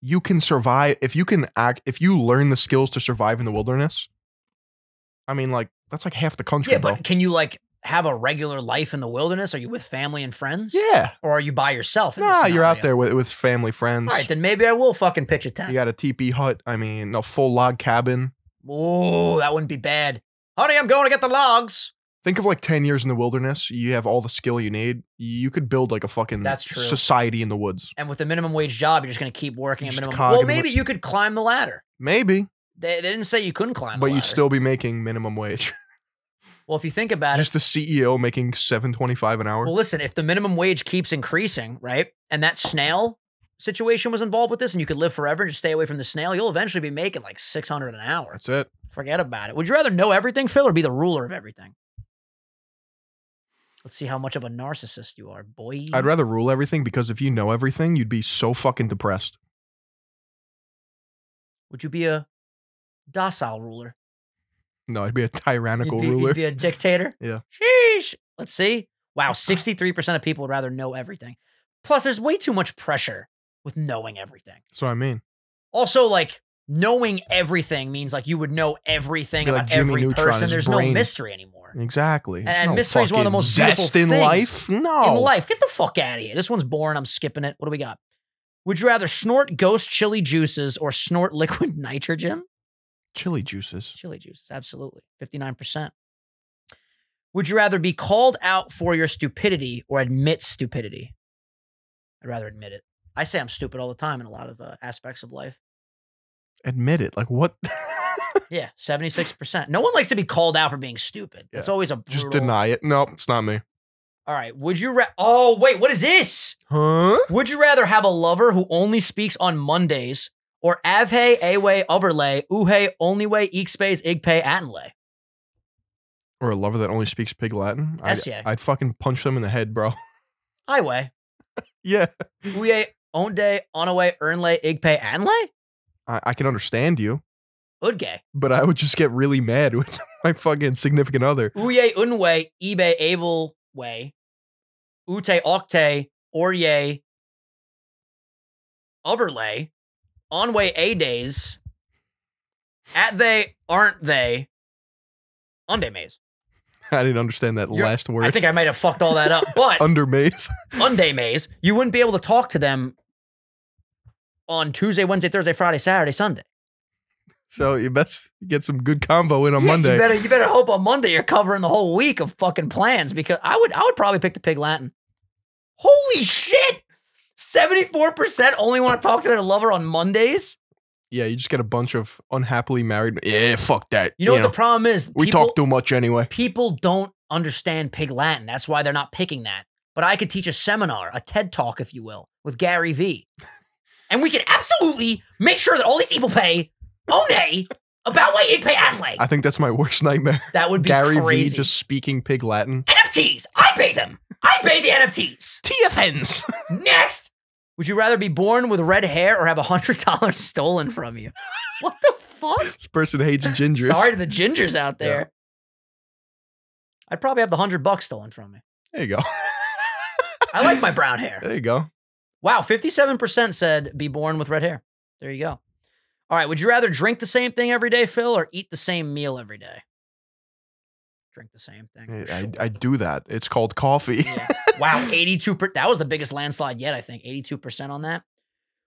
[SPEAKER 2] You can survive if you can act. If you learn the skills to survive in the wilderness. I mean, like that's like half the country.
[SPEAKER 1] Yeah,
[SPEAKER 2] bro.
[SPEAKER 1] but can you like have a regular life in the wilderness? Are you with family and friends?
[SPEAKER 2] yeah,
[SPEAKER 1] Or are you by yourself? In this
[SPEAKER 2] nah, you're out
[SPEAKER 1] scenario?
[SPEAKER 2] there with, with family, friends.
[SPEAKER 1] All right, then maybe I will fucking pitch a tent.
[SPEAKER 2] You got a teepee hut. I mean, a full log cabin.
[SPEAKER 1] Oh, that wouldn't be bad. Honey, I'm going to get the logs.
[SPEAKER 2] Think of like ten years in the wilderness. You have all the skill you need. You could build like a fucking
[SPEAKER 1] That's true.
[SPEAKER 2] society in the woods.
[SPEAKER 1] And with the minimum wage job, you're just going to keep working at
[SPEAKER 2] Just
[SPEAKER 1] minimum.
[SPEAKER 2] cog
[SPEAKER 1] Well,
[SPEAKER 2] in the-
[SPEAKER 1] maybe you could climb the ladder.
[SPEAKER 2] Maybe,
[SPEAKER 1] They, they didn't say you couldn't climb. the
[SPEAKER 2] but you'd
[SPEAKER 1] ladder.
[SPEAKER 2] still be making minimum wage.
[SPEAKER 1] Well, if you think about it,
[SPEAKER 2] Just the CEO making seven twenty five an hour.
[SPEAKER 1] Well, listen, if the minimum wage keeps increasing, right, and that snail situation was involved with this, and you could live forever and just stay away from the snail, you'll eventually be making like six hundred an hour.
[SPEAKER 2] That's it.
[SPEAKER 1] Forget about it. Would you rather know everything, Phil, or be the ruler of everything? Let's see how much of a narcissist you are, boy.
[SPEAKER 2] I'd rather rule everything because if you know everything, you'd be so fucking depressed.
[SPEAKER 1] Would you be a docile ruler?
[SPEAKER 2] No, I'd be a
[SPEAKER 1] You'd
[SPEAKER 2] tyrannical
[SPEAKER 1] be,
[SPEAKER 2] ruler.
[SPEAKER 1] you'd be a dictator?
[SPEAKER 2] Yeah.
[SPEAKER 1] Sheesh. Let's see. Wow, 63% of people would rather know everything. Plus, there's way too much pressure with knowing everything.
[SPEAKER 2] That's what I mean.
[SPEAKER 1] also like knowing everything means like you would know everything
[SPEAKER 2] Be like
[SPEAKER 1] about
[SPEAKER 2] Jimmy
[SPEAKER 1] every
[SPEAKER 2] Neutron,
[SPEAKER 1] person.
[SPEAKER 2] his
[SPEAKER 1] There's no
[SPEAKER 2] brain.
[SPEAKER 1] mystery anymore
[SPEAKER 2] Exactly. There's
[SPEAKER 1] And mystery is one of the
[SPEAKER 2] fucking
[SPEAKER 1] most beautiful
[SPEAKER 2] zest in
[SPEAKER 1] things
[SPEAKER 2] life. No.
[SPEAKER 1] in life. Get the fuck out of here. This one's boring. I'm skipping it. What do we got? Would you rather snort ghost chili juices or snort liquid nitrogen?
[SPEAKER 2] Chili juices.
[SPEAKER 1] Chili juices, absolutely. 59%. Would you rather be called out for your stupidity or admit stupidity? I'd rather admit it. I say I'm stupid all the time in a lot of uh, aspects of life.
[SPEAKER 2] Admit it. Like what?
[SPEAKER 1] Yeah, seventy six percent. No one likes to be called out for being stupid. It's
[SPEAKER 2] Yeah.
[SPEAKER 1] always a
[SPEAKER 2] Just
[SPEAKER 1] brutal-
[SPEAKER 2] deny it. No, it's not me.
[SPEAKER 1] All right. Would you? Ra- oh wait, what is this?
[SPEAKER 2] Huh?
[SPEAKER 1] Would you rather have a lover who only speaks on Mondays or Avhe Awe Overlay Uhe Onlyway Eekspace Igpe Atenlay?
[SPEAKER 2] Or a lover that only speaks pig Latin? I'd,
[SPEAKER 1] SCA.
[SPEAKER 2] I'd fucking punch them in the head, bro.
[SPEAKER 1] Highway
[SPEAKER 2] yeah.
[SPEAKER 1] Uye Onde Onaway Ernlay Igpe Atenlay
[SPEAKER 2] I, I can understand you,
[SPEAKER 1] Udgay
[SPEAKER 2] but I would just get really mad with my fucking significant other.
[SPEAKER 1] Uye Unway Ibe Able Way Ute Okte Orye Overlay Onway A Days At They Aren't They Unday Maze.
[SPEAKER 2] I didn't understand that
[SPEAKER 1] You're-
[SPEAKER 2] last word.
[SPEAKER 1] I think I might have fucked all that up, but
[SPEAKER 2] Under maze.
[SPEAKER 1] Monday Maze, you wouldn't be able to talk to them on Tuesday, Wednesday, Thursday, Friday, Saturday, Sunday.
[SPEAKER 2] So you best get some good combo in on
[SPEAKER 1] Yeah,
[SPEAKER 2] Monday.
[SPEAKER 1] You better you better hope on Monday you're covering the whole week of fucking plans because I would I would probably pick the pig Latin. Holy shit! 74% only want to talk to their lover on Mondays.
[SPEAKER 2] Yeah, you just get a bunch of unhappily married. Yeah, fuck that.
[SPEAKER 1] You know what the problem is?
[SPEAKER 2] we
[SPEAKER 1] people,
[SPEAKER 2] talk too much anyway.
[SPEAKER 1] people don't understand pig Latin. That's why they're not picking that. But I could teach a seminar, a TED talk, if you will, with Gary Vee. And we can absolutely make sure that all these people pay One about way Igpe
[SPEAKER 2] I
[SPEAKER 1] Adelaide.
[SPEAKER 2] think that's my worst nightmare.
[SPEAKER 1] That would be
[SPEAKER 2] Gary
[SPEAKER 1] crazy.
[SPEAKER 2] Vee just speaking pig Latin.
[SPEAKER 1] NFTs. I pay them. I pay the NFTs.
[SPEAKER 2] TFNs.
[SPEAKER 1] Next. Would you rather be born with red hair or have a hundred dollars stolen from you? What the fuck?
[SPEAKER 2] this person hates gingers.
[SPEAKER 1] Sorry to the gingers out there. I'd probably have the hundred bucks stolen from me.
[SPEAKER 2] There you go.
[SPEAKER 1] I like my brown hair.
[SPEAKER 2] There you go.
[SPEAKER 1] Wow, 57% said be born with red hair. There you go. All right, would you rather drink the same thing every day, Phil, or eat the same meal every day? Drink the same thing. for
[SPEAKER 2] I,
[SPEAKER 1] sure.
[SPEAKER 2] I do that. It's called coffee.
[SPEAKER 1] Yeah. Wow, 82 per- that was the biggest landslide yet, I think. 82% on that.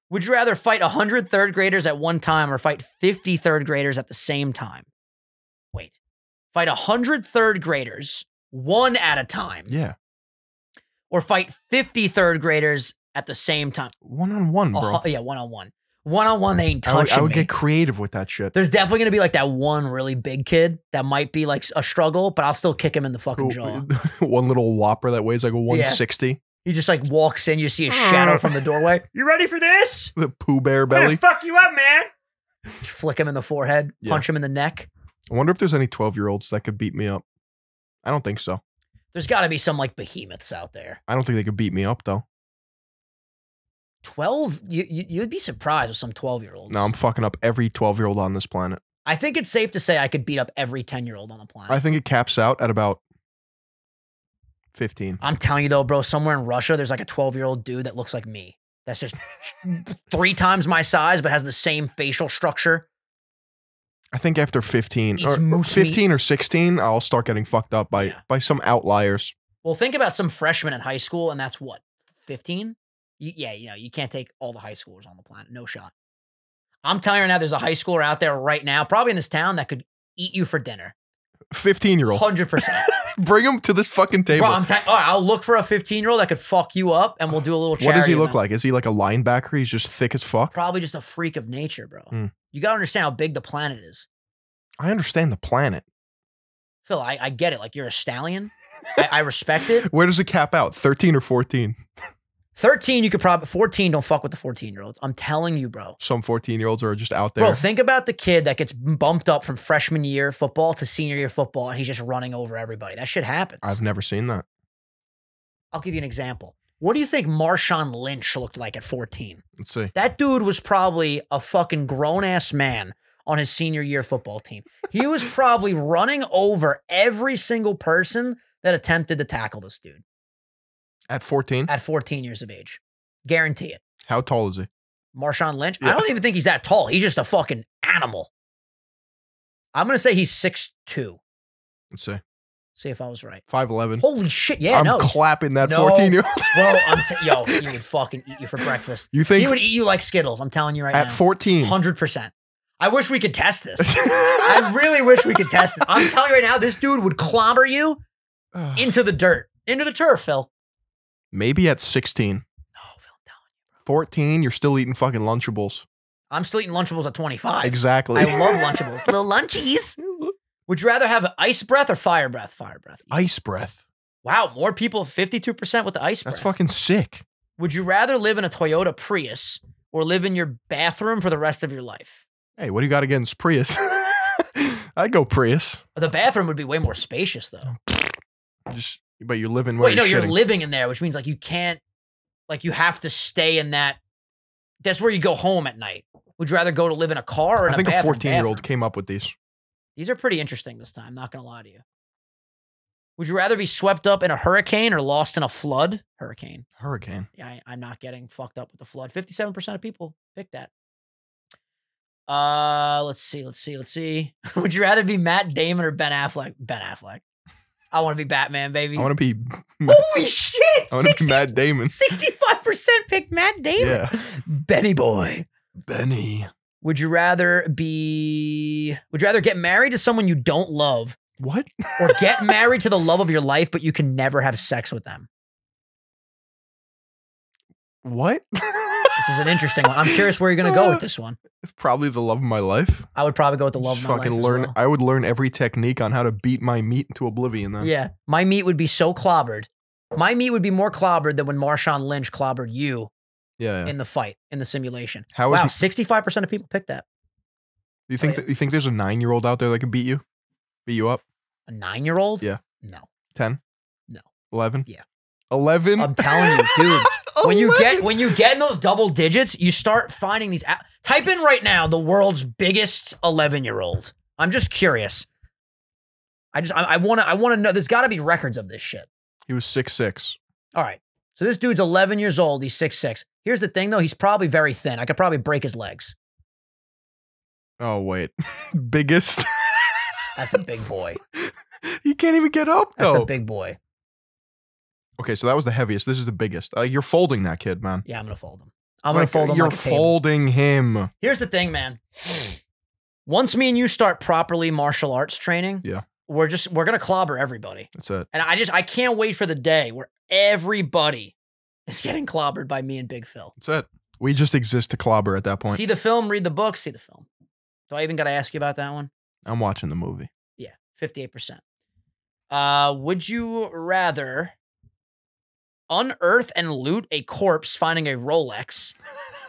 [SPEAKER 1] Would you rather fight 100 third graders at one time or fight 50 third graders at the same time? Wait. Fight 100 third graders one at a time
[SPEAKER 2] Yeah.
[SPEAKER 1] or fight 50 third graders at the same time?
[SPEAKER 2] One on one,
[SPEAKER 1] A
[SPEAKER 2] bro.
[SPEAKER 1] hu- yeah, one on one. One on one, they ain't
[SPEAKER 2] I would,
[SPEAKER 1] Oh, touching
[SPEAKER 2] I would
[SPEAKER 1] me.
[SPEAKER 2] get creative with that shit.
[SPEAKER 1] There's definitely gonna be like that one really big kid that might be like a struggle, but I'll still kick him in the fucking jaw.
[SPEAKER 2] one little whopper that weighs like a 160.
[SPEAKER 1] He just like walks in, you see a
[SPEAKER 2] Ah.
[SPEAKER 1] shadow from the doorway. You ready for this?
[SPEAKER 2] The Pooh Bear belly.
[SPEAKER 1] fuck you up, man. Flick him in the forehead,
[SPEAKER 2] Yeah.
[SPEAKER 1] punch him in the neck.
[SPEAKER 2] I wonder if there's any 12 year olds that could beat me up. I don't think so.
[SPEAKER 1] There's got to be some like behemoths out there.
[SPEAKER 2] I don't think they could beat me up though.
[SPEAKER 1] 12 you, you you'd be surprised with some 12 year olds
[SPEAKER 2] No, I'm fucking up every 12 year old on this planet.
[SPEAKER 1] i think it's safe to say i could beat up every 10 year old on the planet
[SPEAKER 2] I think it caps out at about 15.
[SPEAKER 1] i'm telling you though bro somewhere in russia there's like a 12 year old dude that looks like me that's just three times my size but has the same facial structure
[SPEAKER 2] I think after 15
[SPEAKER 1] Eats
[SPEAKER 2] or
[SPEAKER 1] moose meat.
[SPEAKER 2] 15 or 16, I'll start getting fucked up by
[SPEAKER 1] Yeah.
[SPEAKER 2] by some outliers.
[SPEAKER 1] well think about some freshman in high school and that's what 15 you, yeah you know you can't take all the high schoolers on the planet no shot i'm telling you right now there's a high schooler out there right now probably in this town that could eat you for dinner
[SPEAKER 2] 15 year old.
[SPEAKER 1] 100%
[SPEAKER 2] Bring him to this fucking table.
[SPEAKER 1] Bro, I'm ta- all right, I'll look for a 15 year old that could fuck you up, and we'll do a little. Charity
[SPEAKER 2] what does he look
[SPEAKER 1] event.
[SPEAKER 2] like? Is he like a linebacker? He's just thick as fuck.
[SPEAKER 1] Probably just a freak of nature, bro.
[SPEAKER 2] Hmm.
[SPEAKER 1] You gotta understand how big the planet is,
[SPEAKER 2] I understand the planet.
[SPEAKER 1] Phil. I, I get it. Like you're a stallion. I, I respect it.
[SPEAKER 2] Where does it cap out? 13 or 14?
[SPEAKER 1] 13, you could probably 14. Don't fuck with the 14 year olds. I'm telling you, bro.
[SPEAKER 2] Some 14 year olds are just out there.
[SPEAKER 1] Bro, think about the kid that gets bumped up from freshman year football to senior year football, and he's just running over everybody. That shit happens.
[SPEAKER 2] I've never seen that.
[SPEAKER 1] I'll give you an example. What do you think Marshawn Lynch looked like at 14?
[SPEAKER 2] Let's see.
[SPEAKER 1] That dude was probably a fucking grown ass man on his senior year football team. He was probably running over every single person that attempted to tackle this dude
[SPEAKER 2] At 14?
[SPEAKER 1] at 14 years of age. Guarantee it.
[SPEAKER 2] How tall is he?
[SPEAKER 1] Marshawn Lynch, I
[SPEAKER 2] Yeah.
[SPEAKER 1] don't even think he's that tall. He's just a fucking animal. I'm going to say he's 6'2.
[SPEAKER 2] Let's see.
[SPEAKER 1] See if I was right.
[SPEAKER 2] 5'11.
[SPEAKER 1] Holy shit. Yeah,
[SPEAKER 2] I'm
[SPEAKER 1] no. he's-
[SPEAKER 2] clapping that
[SPEAKER 1] No.
[SPEAKER 2] 14 year old.
[SPEAKER 1] bro, I'm t- yo, he would fucking eat you for breakfast.
[SPEAKER 2] You
[SPEAKER 1] he
[SPEAKER 2] think
[SPEAKER 1] would eat you like Skittles. I'm telling you right
[SPEAKER 2] at
[SPEAKER 1] now.
[SPEAKER 2] 14?
[SPEAKER 1] 100%. I wish we could test this. I really wish we could test this. I'm telling you right now, this dude would clobber you
[SPEAKER 2] Ugh.
[SPEAKER 1] into the dirt, into the turf, Phil.
[SPEAKER 2] Maybe at 16.
[SPEAKER 1] No, Phil, don't.
[SPEAKER 2] 14, you're still eating fucking Lunchables.
[SPEAKER 1] I'm still eating Lunchables at 25.
[SPEAKER 2] Exactly.
[SPEAKER 1] I love Lunchables. Little Lunchies. Would you rather have ice breath or fire breath? Fire breath.
[SPEAKER 2] Ice breath.
[SPEAKER 1] Wow, more people, 52% with the ice
[SPEAKER 2] That's
[SPEAKER 1] breath.
[SPEAKER 2] fucking sick.
[SPEAKER 1] Would you rather live in a Toyota Prius or live in your bathroom for the rest of your life?
[SPEAKER 2] Hey, what do you got against Prius? I'd go Prius.
[SPEAKER 1] The bathroom would be way more spacious, though.
[SPEAKER 2] Just, but you're living where
[SPEAKER 1] Wait, no,
[SPEAKER 2] you're,
[SPEAKER 1] you're
[SPEAKER 2] shitting.
[SPEAKER 1] living in there, which means like you can't, like you have to stay in that. That's where you go home at night. Would you rather go to live in a car or in
[SPEAKER 2] I think a
[SPEAKER 1] bathroom?
[SPEAKER 2] 14 year old
[SPEAKER 1] bathroom?
[SPEAKER 2] came up with these.
[SPEAKER 1] These are pretty interesting this time. Not gonna lie to you. Would you rather be swept up in a hurricane or lost in a flood? Hurricane.
[SPEAKER 2] Hurricane.
[SPEAKER 1] Yeah, I, I'm not getting fucked up with the flood. Fifty-seven percent of people pick that. Uh, let's see, let's see, let's see. Would you rather be Matt Damon or Ben Affleck? Ben Affleck. I want to be Batman, baby.
[SPEAKER 2] I want to be.
[SPEAKER 1] Holy shit!
[SPEAKER 2] I want to
[SPEAKER 1] 60
[SPEAKER 2] be Matt Damon.
[SPEAKER 1] 65% picked Matt Damon.
[SPEAKER 2] Yeah.
[SPEAKER 1] Benny boy.
[SPEAKER 2] Benny.
[SPEAKER 1] Would you rather be would you rather get married to someone you don't love
[SPEAKER 2] What?
[SPEAKER 1] or get married to the love of your life but you can never have sex with them?
[SPEAKER 2] What?
[SPEAKER 1] This is an interesting one. I'm curious where you're going to go with this one.
[SPEAKER 2] Probably the love of my life.
[SPEAKER 1] I would probably go with the love
[SPEAKER 2] Just
[SPEAKER 1] of my
[SPEAKER 2] fucking
[SPEAKER 1] life as
[SPEAKER 2] learn.
[SPEAKER 1] well.
[SPEAKER 2] I would learn every technique on how to beat my meat into oblivion. Then.
[SPEAKER 1] Yeah. My meat would be so clobbered. My meat would be more clobbered than when Marshawn Lynch clobbered you
[SPEAKER 2] Yeah. yeah.
[SPEAKER 1] in the fight, in the simulation.
[SPEAKER 2] How is?
[SPEAKER 1] Wow, Oh, 65% of people picked that.
[SPEAKER 2] you think? that you think there's a nine year old out there that can beat you? Beat you up?
[SPEAKER 1] A nine year old?
[SPEAKER 2] Yeah.
[SPEAKER 1] No.
[SPEAKER 2] 10?
[SPEAKER 1] No.
[SPEAKER 2] 11?
[SPEAKER 1] Yeah.
[SPEAKER 2] 11?
[SPEAKER 1] I'm telling you, dude.
[SPEAKER 2] Oh
[SPEAKER 1] when you get when you get in those double digits, you start finding these. app- Type in right now the world's biggest eleven year old. I'm just curious. I just I want to I want to know. There's got to be records of this shit.
[SPEAKER 2] He was six six.
[SPEAKER 1] All right. So this dude's 11 years old. He's six six. Here's the thing though. He's probably very thin. I could probably break his legs.
[SPEAKER 2] Oh, wait. Biggest.
[SPEAKER 1] That's a big boy.
[SPEAKER 2] he can't even get up,
[SPEAKER 1] That's
[SPEAKER 2] though.
[SPEAKER 1] a big boy.
[SPEAKER 2] okay, so that was the heaviest. This is the biggest. Uh, you're folding that kid, man.
[SPEAKER 1] Yeah, I'm gonna fold him. I'm gonna
[SPEAKER 2] Like,
[SPEAKER 1] fold him
[SPEAKER 2] You're
[SPEAKER 1] like a table.
[SPEAKER 2] folding him.
[SPEAKER 1] Here's the thing, man. Once me and you start properly martial arts training,
[SPEAKER 2] Yeah.
[SPEAKER 1] we're just we're gonna clobber everybody.
[SPEAKER 2] That's it.
[SPEAKER 1] And I just I can't wait for the day where everybody is getting clobbered by me and Big Phil.
[SPEAKER 2] That's it. We just exist to clobber at that point.
[SPEAKER 1] See the film, read the book, see the film. Do I even gotta ask you about that one?
[SPEAKER 2] I'm watching the movie.
[SPEAKER 1] Yeah, 58%. Uh, would you rather unearth and loot a corpse finding a Rolex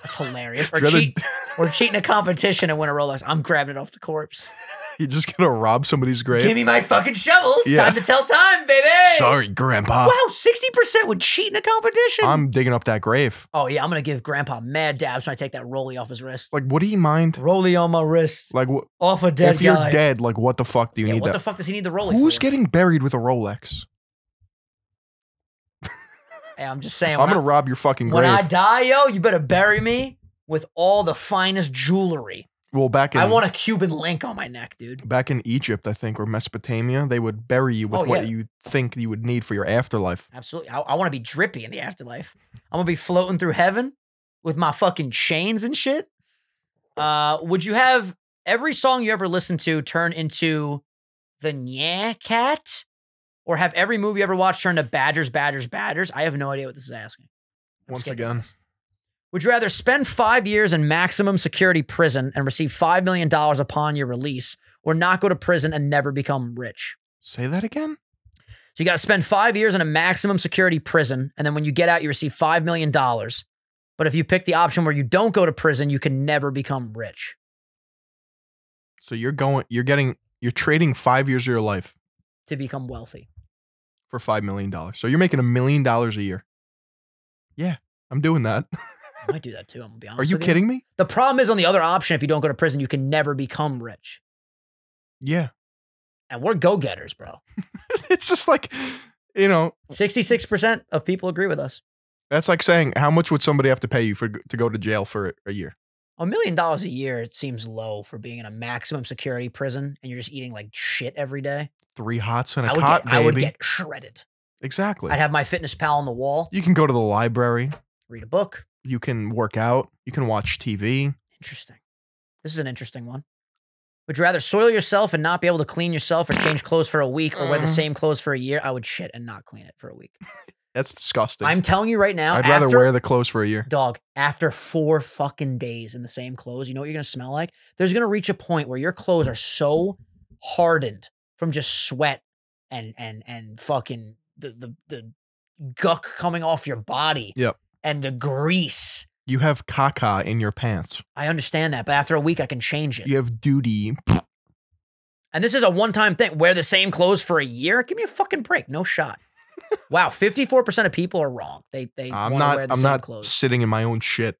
[SPEAKER 1] That's hilarious. Or,
[SPEAKER 2] You'd rather-
[SPEAKER 1] cheat, or cheat in a competition and win a Rolex. I'm grabbing it off the corpse.
[SPEAKER 2] You're just gonna rob somebody's grave.
[SPEAKER 1] Give me my fucking shovel. It's
[SPEAKER 2] Yeah.
[SPEAKER 1] time to tell time, baby.
[SPEAKER 2] Sorry, Grandpa.
[SPEAKER 1] Wow, 60% would cheat in a competition.
[SPEAKER 2] I'm digging up that grave.
[SPEAKER 1] oh, yeah, I'm going to give Grandpa mad dabs when I take that rollie off his wrist.
[SPEAKER 2] Like, would he mind?
[SPEAKER 5] Rolly on my wrist.
[SPEAKER 2] Like, wh-
[SPEAKER 5] Off a dead
[SPEAKER 2] if you're
[SPEAKER 5] guy.
[SPEAKER 2] dead, like, what the fuck do you
[SPEAKER 1] yeah,
[SPEAKER 2] need
[SPEAKER 1] what
[SPEAKER 2] that?
[SPEAKER 1] the fuck does he need the rollie
[SPEAKER 2] Who's
[SPEAKER 1] for?
[SPEAKER 2] getting buried with a Rolex?
[SPEAKER 1] Hey, I'm just saying.
[SPEAKER 2] I'm
[SPEAKER 1] When,
[SPEAKER 2] gonna
[SPEAKER 1] I,
[SPEAKER 2] rob your fucking grave.
[SPEAKER 1] when I die, yo, you better bury me with all the finest jewelry.
[SPEAKER 2] well, back in
[SPEAKER 1] I want a Cuban link on my neck, dude.
[SPEAKER 2] back in Egypt, I think, or Mesopotamia, they would bury you with
[SPEAKER 1] Oh,
[SPEAKER 2] what
[SPEAKER 1] yeah.
[SPEAKER 2] you think you would need for your afterlife.
[SPEAKER 1] Absolutely. I, I want to be drippy in the afterlife. I'm gonna be floating through heaven with my fucking chains and shit. Uh, would you have every song you ever listened to turn into the Nya Cat, or have every movie you ever watched turn to Badgers, Badgers, Badgers? I have no idea what this is asking. I'm
[SPEAKER 2] Once
[SPEAKER 1] skipping
[SPEAKER 2] again.
[SPEAKER 1] this. Would you rather spend five years in maximum security prison and receive $5 million upon your release, or not go to prison and never become rich?
[SPEAKER 2] Say that again.
[SPEAKER 1] So you got to spend five years in a maximum security prison, and then when you get out, you receive five million dollars. But if you pick the option where you don't go to prison, you can never become rich.
[SPEAKER 2] So you're going, you're getting, you're trading five years of your life
[SPEAKER 1] To become wealthy,
[SPEAKER 2] for five million dollars. So you're making a million dollars a year. Yeah, I'm doing that.
[SPEAKER 1] I might do that too. I'm gonna be honest.
[SPEAKER 2] Are you
[SPEAKER 1] with
[SPEAKER 2] kidding me?
[SPEAKER 1] The problem is on the other option. If you don't go to prison, you can never become rich.
[SPEAKER 2] Yeah,
[SPEAKER 1] And we're go getters, bro.
[SPEAKER 2] it's just like, you know,
[SPEAKER 1] Sixty six percent of people agree with us.
[SPEAKER 2] that's like saying how much would somebody have to pay you for to go to jail for a year?
[SPEAKER 1] A million dollars a year it seems low for being in a maximum security prison, and you're just eating like shit every day.
[SPEAKER 2] Three hots and a
[SPEAKER 1] I would
[SPEAKER 2] cot,
[SPEAKER 1] get,
[SPEAKER 2] baby.
[SPEAKER 1] I would get shredded.
[SPEAKER 2] exactly.
[SPEAKER 1] I'd have my fitness pal on the wall,
[SPEAKER 2] you can go to the library.
[SPEAKER 1] read a book.
[SPEAKER 2] You can work out. You can watch TV.
[SPEAKER 1] Interesting. This is an interesting one. Would you rather soil yourself and not be able to clean yourself or change clothes for a week or wear the
[SPEAKER 2] Mm.
[SPEAKER 1] same clothes for a year? I would shit and not clean it for a week.
[SPEAKER 2] That's disgusting.
[SPEAKER 1] I'm telling you right now,
[SPEAKER 2] I'd rather
[SPEAKER 1] after,
[SPEAKER 2] wear the clothes for a year.
[SPEAKER 1] dog, after four fucking days in the same clothes, you know what you're gonna smell like? There's gonna reach a point where your clothes are so hardened from just sweat and and and fucking the the, the guck coming off your body.
[SPEAKER 2] Yep.
[SPEAKER 1] And the grease.
[SPEAKER 2] You have caca in your pants.
[SPEAKER 1] I understand that, but after a week I can change it.
[SPEAKER 2] You have duty.
[SPEAKER 1] And this is a one time thing. Wear the same clothes for a year? Give me a fucking break. No shot. wow, 54% of people are wrong. They they want
[SPEAKER 2] I'm
[SPEAKER 1] to
[SPEAKER 2] not.
[SPEAKER 1] wear the
[SPEAKER 2] I'm
[SPEAKER 1] same
[SPEAKER 2] not
[SPEAKER 1] clothes.
[SPEAKER 2] sitting in my own shit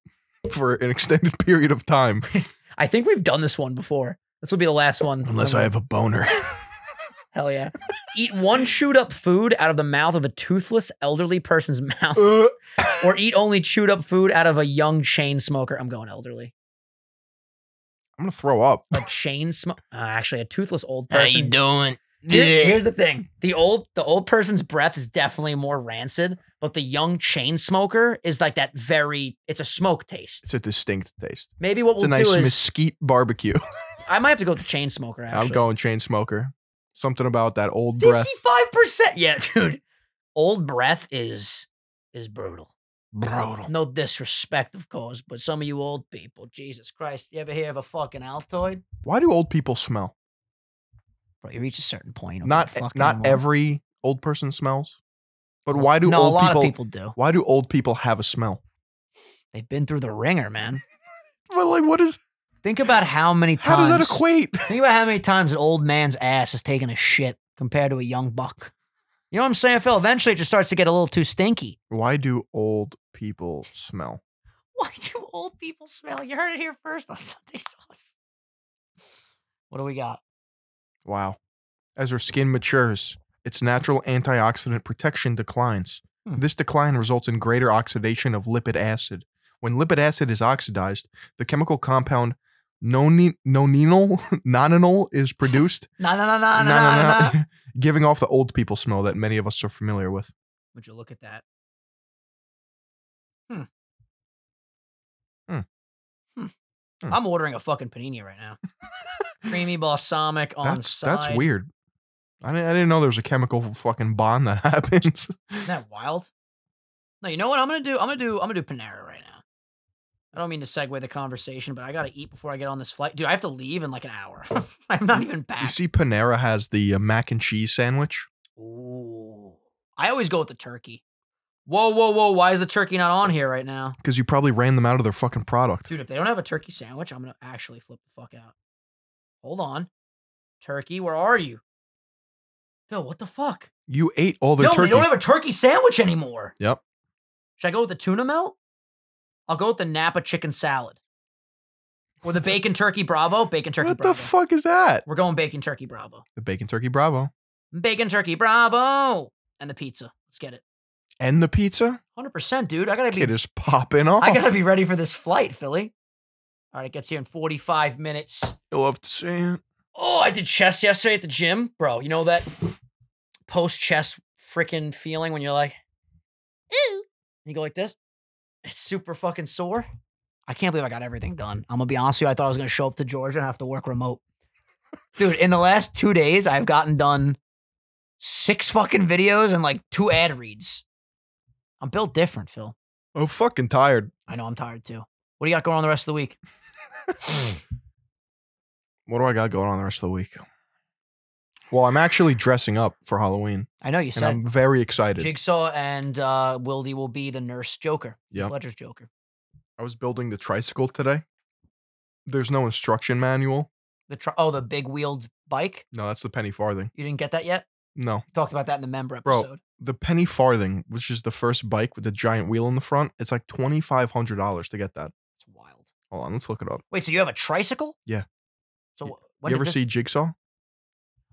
[SPEAKER 2] for an extended period of time,
[SPEAKER 1] I think we've done this one before. This will be the last one.
[SPEAKER 2] unless I have a boner.
[SPEAKER 1] Hell yeah. eat one chewed up food out of the mouth of a toothless elderly person's mouth
[SPEAKER 2] Uh,
[SPEAKER 1] or eat only chewed up food out of a young chain smoker. I'm going elderly.
[SPEAKER 2] I'm gonna throw up.
[SPEAKER 1] A chain smoke. Uh, actually, a toothless old
[SPEAKER 4] How
[SPEAKER 1] person.
[SPEAKER 4] you doing?
[SPEAKER 1] Here- here's the thing: the old the old person's breath is definitely more rancid, but the young chain smoker is like that very. It's a smoke taste.
[SPEAKER 2] It's a distinct taste.
[SPEAKER 1] Maybe what
[SPEAKER 2] It's
[SPEAKER 1] we'll
[SPEAKER 2] a nice
[SPEAKER 1] do is
[SPEAKER 2] mesquite barbecue.
[SPEAKER 1] I might have to go with the chain smoker. Actually,
[SPEAKER 2] I'm going chain smoker. Something about that old breath.
[SPEAKER 1] fifty five percent. Yeah, dude, old breath is is brutal.
[SPEAKER 2] Brutal.
[SPEAKER 1] No disrespect, of course, but some of you old people, Jesus Christ, you ever hear of a fucking Altoid?
[SPEAKER 2] Why do old people smell?
[SPEAKER 1] Bro, you reach a certain point. you don't
[SPEAKER 2] Not e, eh,
[SPEAKER 1] give a fuck
[SPEAKER 2] not
[SPEAKER 1] anymore.
[SPEAKER 2] every old person smells, but why do
[SPEAKER 1] no,
[SPEAKER 2] old
[SPEAKER 1] a lot
[SPEAKER 2] people,
[SPEAKER 1] of people do.
[SPEAKER 2] Why do old people have a smell?
[SPEAKER 1] They've been through the ringer, man.
[SPEAKER 2] Well, like what is?
[SPEAKER 1] Think about how many times.
[SPEAKER 2] How does that equate?
[SPEAKER 1] Think about how many times an old man's ass is taking a shit compared to a young buck. You know what I'm saying, Phil? Eventually, it just starts to get a little too stinky.
[SPEAKER 2] Why do old people smell?
[SPEAKER 1] Why do old people smell? You heard it here first on Sunday Sauce. What do we got?
[SPEAKER 2] Wow. As our skin matures, its natural antioxidant protection declines.
[SPEAKER 1] Hmm.
[SPEAKER 2] This decline results in greater oxidation of lipid acid. When lipid acid is oxidized, the chemical compound noni- noninol nonanol is produced,
[SPEAKER 1] No, no, no, no, no,
[SPEAKER 2] Na-
[SPEAKER 1] no,
[SPEAKER 2] na-
[SPEAKER 1] no.
[SPEAKER 2] na- giving off the old people smell that many of us are familiar with.
[SPEAKER 1] Would you look at that? Hmm.
[SPEAKER 2] Hmm.
[SPEAKER 1] Hmm.
[SPEAKER 2] Hmm.
[SPEAKER 1] I'm ordering a fucking panini right now. Creamy balsamic on
[SPEAKER 2] That's
[SPEAKER 1] side.
[SPEAKER 2] that's weird. I didn't, I didn't know there was a chemical fucking bond that happens.
[SPEAKER 1] Isn't that wild? No, you know what I'm gonna do? I'm gonna do I'm gonna do Panera right now. I don't mean to segue the conversation, but I gotta eat before I get on this flight. Dude, I have to leave in like an hour. I'm not even
[SPEAKER 2] You
[SPEAKER 1] back.
[SPEAKER 2] see, Panera has the uh, mac and cheese sandwich.
[SPEAKER 1] Ooh. I always go with the turkey. Whoa, whoa, whoa. Why is the turkey not on here right now?
[SPEAKER 2] because you probably ran them out of their fucking product.
[SPEAKER 1] Dude, if they don't have a turkey sandwich, I'm going to actually flip the fuck out. Hold on. Turkey, where are you? Phil, what the fuck?
[SPEAKER 2] You ate all their
[SPEAKER 1] No, they
[SPEAKER 2] turkey.
[SPEAKER 1] don't have a turkey sandwich anymore.
[SPEAKER 2] Yep.
[SPEAKER 1] Should I go with the tuna melt? I'll go with the Napa chicken salad. Or the bacon turkey bravo, bacon turkey
[SPEAKER 2] what
[SPEAKER 1] bravo.
[SPEAKER 2] the fuck is that?
[SPEAKER 1] We're going bacon turkey bravo.
[SPEAKER 2] The bacon turkey bravo
[SPEAKER 1] Bacon turkey bravo and the pizza. Let's get it.
[SPEAKER 2] and the pizza.
[SPEAKER 1] 100%, dude. I got to be
[SPEAKER 2] Kid is popping off.
[SPEAKER 1] I got to be ready for this flight, Philly. All right, it gets here in 45 minutes.
[SPEAKER 2] You love to see it.
[SPEAKER 1] Oh, I did chest yesterday at the gym, bro. You know that post chest freaking feeling when you're like, ooh, and you go like this. It's super fucking sore. I can't believe I got everything done. I'm gonna be honest with you. I thought I was gonna show up to Georgia and have to work remote, dude. In the last two days, I've gotten done six fucking videos and like two ad reads. I'm built different, Phil.
[SPEAKER 2] I'm fucking tired.
[SPEAKER 1] I know I'm tired too. What do you got going on the rest of the week?
[SPEAKER 2] What do I got going on the rest of the week? Well, I'm actually dressing up for Halloween,
[SPEAKER 1] I know you
[SPEAKER 2] and
[SPEAKER 1] said
[SPEAKER 2] I'm very excited.
[SPEAKER 1] Jigsaw and uh, Wildy will be the nurse Joker,
[SPEAKER 2] Yep.
[SPEAKER 1] Fletcher's Joker.
[SPEAKER 2] I was building the tricycle today. There's no instruction manual.
[SPEAKER 1] The tr- oh, the big wheeled bike.
[SPEAKER 2] No, that's the penny farthing.
[SPEAKER 1] You didn't get that yet.
[SPEAKER 2] No,
[SPEAKER 1] We talked about that in the member
[SPEAKER 2] Bro.
[SPEAKER 1] episode.
[SPEAKER 2] the penny farthing, which is the first bike with the giant wheel in the front. It's like twenty five hundred dollars to get that.
[SPEAKER 1] It's wild.
[SPEAKER 2] Hold on, let's look it up.
[SPEAKER 1] Wait, so you have a tricycle?
[SPEAKER 2] Yeah.
[SPEAKER 1] So
[SPEAKER 2] Y-
[SPEAKER 1] wh- when
[SPEAKER 2] you
[SPEAKER 1] did
[SPEAKER 2] ever
[SPEAKER 1] this-
[SPEAKER 2] see Jigsaw?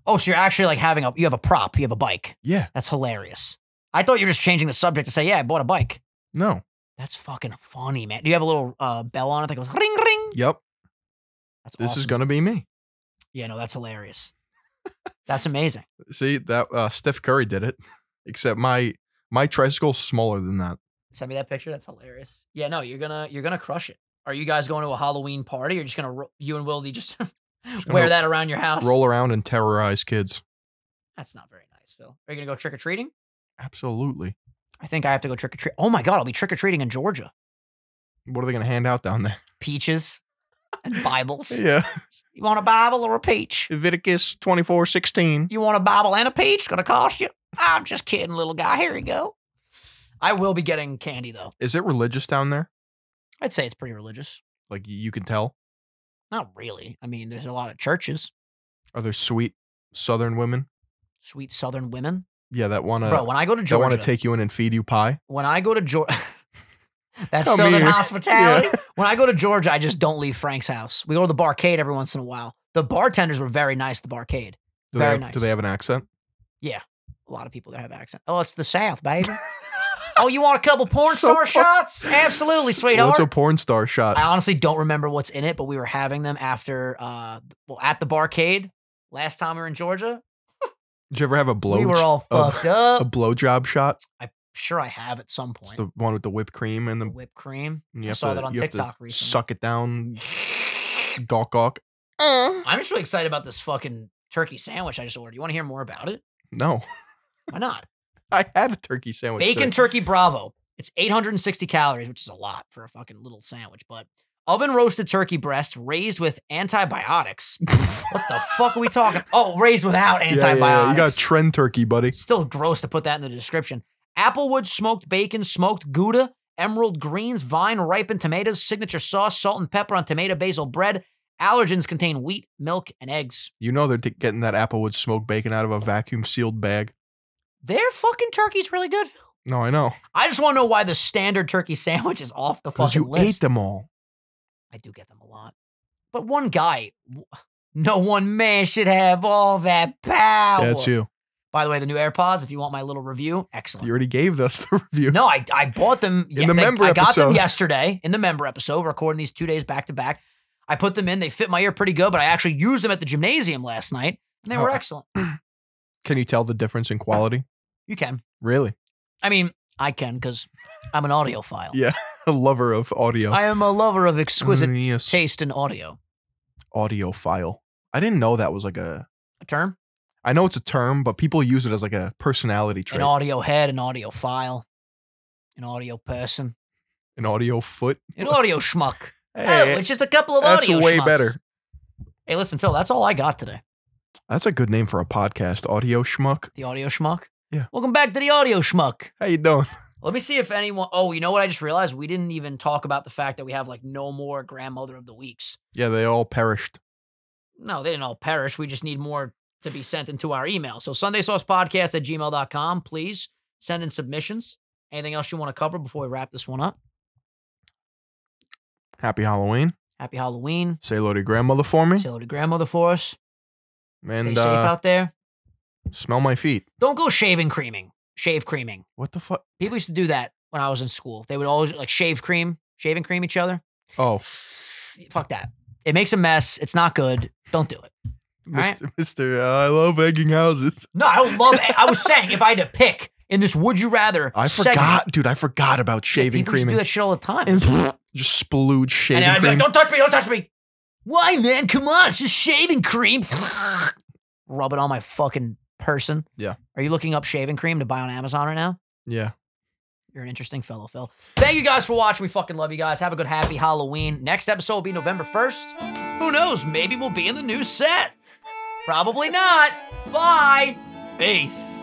[SPEAKER 1] Oh, so you're actually like having a you have a prop. You have a bike.
[SPEAKER 2] Yeah.
[SPEAKER 1] That's hilarious. I thought you were just changing the subject to say, yeah, I bought a bike.
[SPEAKER 2] No.
[SPEAKER 1] That's fucking funny, man. Do you have a little uh, bell on it that goes ring ring?
[SPEAKER 2] Yep.
[SPEAKER 1] That's
[SPEAKER 2] This is
[SPEAKER 1] awesome.
[SPEAKER 2] gonna be me.
[SPEAKER 1] Yeah, no, that's hilarious. that's amazing.
[SPEAKER 2] See that uh, Steph Curry did it, except my my tricycle's smaller than that.
[SPEAKER 1] Send me that picture. That's hilarious. Yeah, no, you're gonna you're gonna crush it. Are you guys going to a Halloween party? You're just gonna ro- you and Wildy just, wear
[SPEAKER 2] gonna
[SPEAKER 1] that around your house.
[SPEAKER 2] Roll around and terrorize kids.
[SPEAKER 1] That's not very nice, Phil. Are you gonna go trick or treating?
[SPEAKER 2] Absolutely.
[SPEAKER 1] I think I have to go trick or treat. Oh my god, I'll be trick or treating in Georgia.
[SPEAKER 2] What are they gonna hand out down there?
[SPEAKER 1] Peaches and Bibles.
[SPEAKER 2] Yeah.
[SPEAKER 1] You want a Bible or a peach?
[SPEAKER 2] Leviticus twenty four sixteen.
[SPEAKER 1] You want a Bible and a peach? It's gonna cost you. I'm just kidding, little guy. Here you go. I will be getting candy though.
[SPEAKER 2] Is it religious down there?
[SPEAKER 1] I'd say it's pretty religious.
[SPEAKER 2] Like y- you can tell.
[SPEAKER 1] Not really. I mean, there's a lot of churches.
[SPEAKER 2] Are there sweet Southern women?
[SPEAKER 1] Sweet Southern women,
[SPEAKER 2] Yeah, that wanna
[SPEAKER 1] bro. When I go to
[SPEAKER 2] that
[SPEAKER 1] Georgia,
[SPEAKER 2] wanna take you in and feed you pie.
[SPEAKER 1] when I go to Georgia, that's
[SPEAKER 2] Come
[SPEAKER 1] Southern
[SPEAKER 2] here.
[SPEAKER 1] hospitality. When I go to Georgia, I just don't leave Frank's house. We go to the barcade every once in a while. The bartenders were very nice. at The barcade,
[SPEAKER 2] Do
[SPEAKER 1] Very
[SPEAKER 2] they have, Do they
[SPEAKER 1] nice.
[SPEAKER 2] have an accent?
[SPEAKER 1] a lot of people that have accent. Oh, it's the South, baby. oh, you want a couple porn
[SPEAKER 2] So
[SPEAKER 1] star
[SPEAKER 2] fu-
[SPEAKER 1] shots? Absolutely, sweetheart.
[SPEAKER 2] What's a porn star shot?
[SPEAKER 1] I honestly don't remember what's in it, but we were having them after, uh, well, at the barcade last time we were in Georgia.
[SPEAKER 2] Did you ever have a blow?
[SPEAKER 1] we were all
[SPEAKER 2] a-
[SPEAKER 1] fucked
[SPEAKER 2] a
[SPEAKER 1] up.
[SPEAKER 2] blowjob shot.
[SPEAKER 1] sure, I have at some
[SPEAKER 2] It's
[SPEAKER 1] point.
[SPEAKER 2] the one with the whipped cream and
[SPEAKER 1] The
[SPEAKER 2] the
[SPEAKER 1] whipped cream.
[SPEAKER 2] And you
[SPEAKER 1] I
[SPEAKER 2] have
[SPEAKER 1] saw
[SPEAKER 2] to-
[SPEAKER 1] that on
[SPEAKER 2] you have to
[SPEAKER 1] TikTok recently.
[SPEAKER 2] Suck it down, gawk gawk.
[SPEAKER 1] I'm just really excited about this fucking turkey sandwich I just ordered. You want to hear more about it?
[SPEAKER 2] No,
[SPEAKER 1] Why not?
[SPEAKER 2] I had a turkey sandwich.
[SPEAKER 1] Bacon
[SPEAKER 2] today.
[SPEAKER 1] turkey bravo. It's 860 calories, which is a lot for a fucking little sandwich, but oven roasted turkey breast raised with antibiotics. what the fuck are we talking? Oh, raised without
[SPEAKER 2] Yeah, yeah,
[SPEAKER 1] antibiotics.
[SPEAKER 2] yeah. You got trend turkey, buddy.
[SPEAKER 1] It's still gross to put that in the description. Applewood smoked bacon, smoked gouda, emerald greens, vine ripened tomatoes, signature sauce, salt and pepper on tomato basil bread. Allergens contain wheat, milk, and eggs.
[SPEAKER 2] You know they're t- getting that applewood smoked bacon out of a vacuum sealed bag.
[SPEAKER 1] Their fucking turkey's really good.
[SPEAKER 2] No, I know
[SPEAKER 1] I just want to know why the standard turkey sandwich is off the
[SPEAKER 2] because
[SPEAKER 1] fucking
[SPEAKER 2] you
[SPEAKER 1] list.
[SPEAKER 2] ate them all.
[SPEAKER 1] I do get them a lot. But one guy, no one man should have all that power.
[SPEAKER 2] Yeah, it's you.
[SPEAKER 1] By the way, the new AirPods, if you want my little review, excellent.
[SPEAKER 2] You already gave us the review.
[SPEAKER 1] no, I, I bought them
[SPEAKER 2] In the
[SPEAKER 1] they-
[SPEAKER 2] member
[SPEAKER 1] I got them
[SPEAKER 2] episode.
[SPEAKER 1] yesterday in the member episode, recording these two days back to back. I put them in. They fit my ear pretty good, but I actually used them at the gymnasium last night, and they
[SPEAKER 2] Oh,
[SPEAKER 1] were
[SPEAKER 2] I-
[SPEAKER 1] excellent.
[SPEAKER 2] Can you tell the difference in quality?
[SPEAKER 1] You can.
[SPEAKER 2] Really,
[SPEAKER 1] I mean, I can because I'm an audiophile.
[SPEAKER 2] Yeah. a lover of audio.
[SPEAKER 1] I am a lover of exquisite
[SPEAKER 2] Mm, yes.
[SPEAKER 1] taste in audio.
[SPEAKER 2] audio file. I didn't know that was like a.
[SPEAKER 1] A term?
[SPEAKER 2] I know it's a term, but people use it as like a personality trait.
[SPEAKER 1] An audio head, an audio file, an audio person,
[SPEAKER 2] An audio foot.
[SPEAKER 1] an audio schmuck.
[SPEAKER 2] Hey,
[SPEAKER 1] oh, it's just a couple of
[SPEAKER 2] that's
[SPEAKER 1] audio
[SPEAKER 2] way
[SPEAKER 1] schmucks.
[SPEAKER 2] better.
[SPEAKER 1] Hey, listen, Phil, that's all I got today.
[SPEAKER 2] That's a good name for a podcast, Audio Schmuck.
[SPEAKER 1] The audio schmuck.
[SPEAKER 2] Yeah.
[SPEAKER 1] Welcome back to the audio schmuck.
[SPEAKER 2] How you doing?
[SPEAKER 1] Let me see if anyone. Oh, you know what? I just realized we didn't even talk about the fact that we have like no more grandmother of the weeks.
[SPEAKER 2] Yeah, they all perished.
[SPEAKER 1] No, they didn't all perish. We just need more to be sent into our email. So Sunday Sauce Podcast at gmail.com. Please send in submissions. Anything else you want to cover before we wrap this one up?
[SPEAKER 2] Happy Halloween.
[SPEAKER 1] Happy Halloween.
[SPEAKER 2] Say hello to your grandmother for me.
[SPEAKER 1] Say hello to grandmother for us. Stay
[SPEAKER 2] And
[SPEAKER 1] safe
[SPEAKER 2] uh,
[SPEAKER 1] out there.
[SPEAKER 2] smell my feet.
[SPEAKER 1] Don't go shaving creaming. Shave creaming.
[SPEAKER 2] What the fuck?
[SPEAKER 1] People used to do that when I was in school. They would always like shave cream, shave and cream each other.
[SPEAKER 2] Oh,
[SPEAKER 1] Fuck that. It makes a mess. It's not good. Don't do it. right.
[SPEAKER 2] Mr. Mr. uh, I love egging houses.
[SPEAKER 1] No, I would love. I was saying if I had to pick in this would you rather,
[SPEAKER 2] I
[SPEAKER 1] segment,
[SPEAKER 2] forgot, dude. I forgot about shaving
[SPEAKER 1] People used to do
[SPEAKER 2] creaming.
[SPEAKER 1] that shit all the time.
[SPEAKER 2] And just splooge shaving
[SPEAKER 1] and I'd be
[SPEAKER 2] cream.
[SPEAKER 1] like, don't touch me, don't touch me. Why, man? Come on, it's just shaving cream. Rub it on my fucking person.
[SPEAKER 2] Yeah.
[SPEAKER 1] Are you looking up shaving cream to buy on Amazon right now?
[SPEAKER 2] yeah.
[SPEAKER 1] You're an interesting fellow, Phil. Thank you guys for watching. We fucking love you guys. Have a good happy Halloween. Next episode will be November 1st. Who knows? Maybe we'll be in the new set. Probably not. Bye. Peace.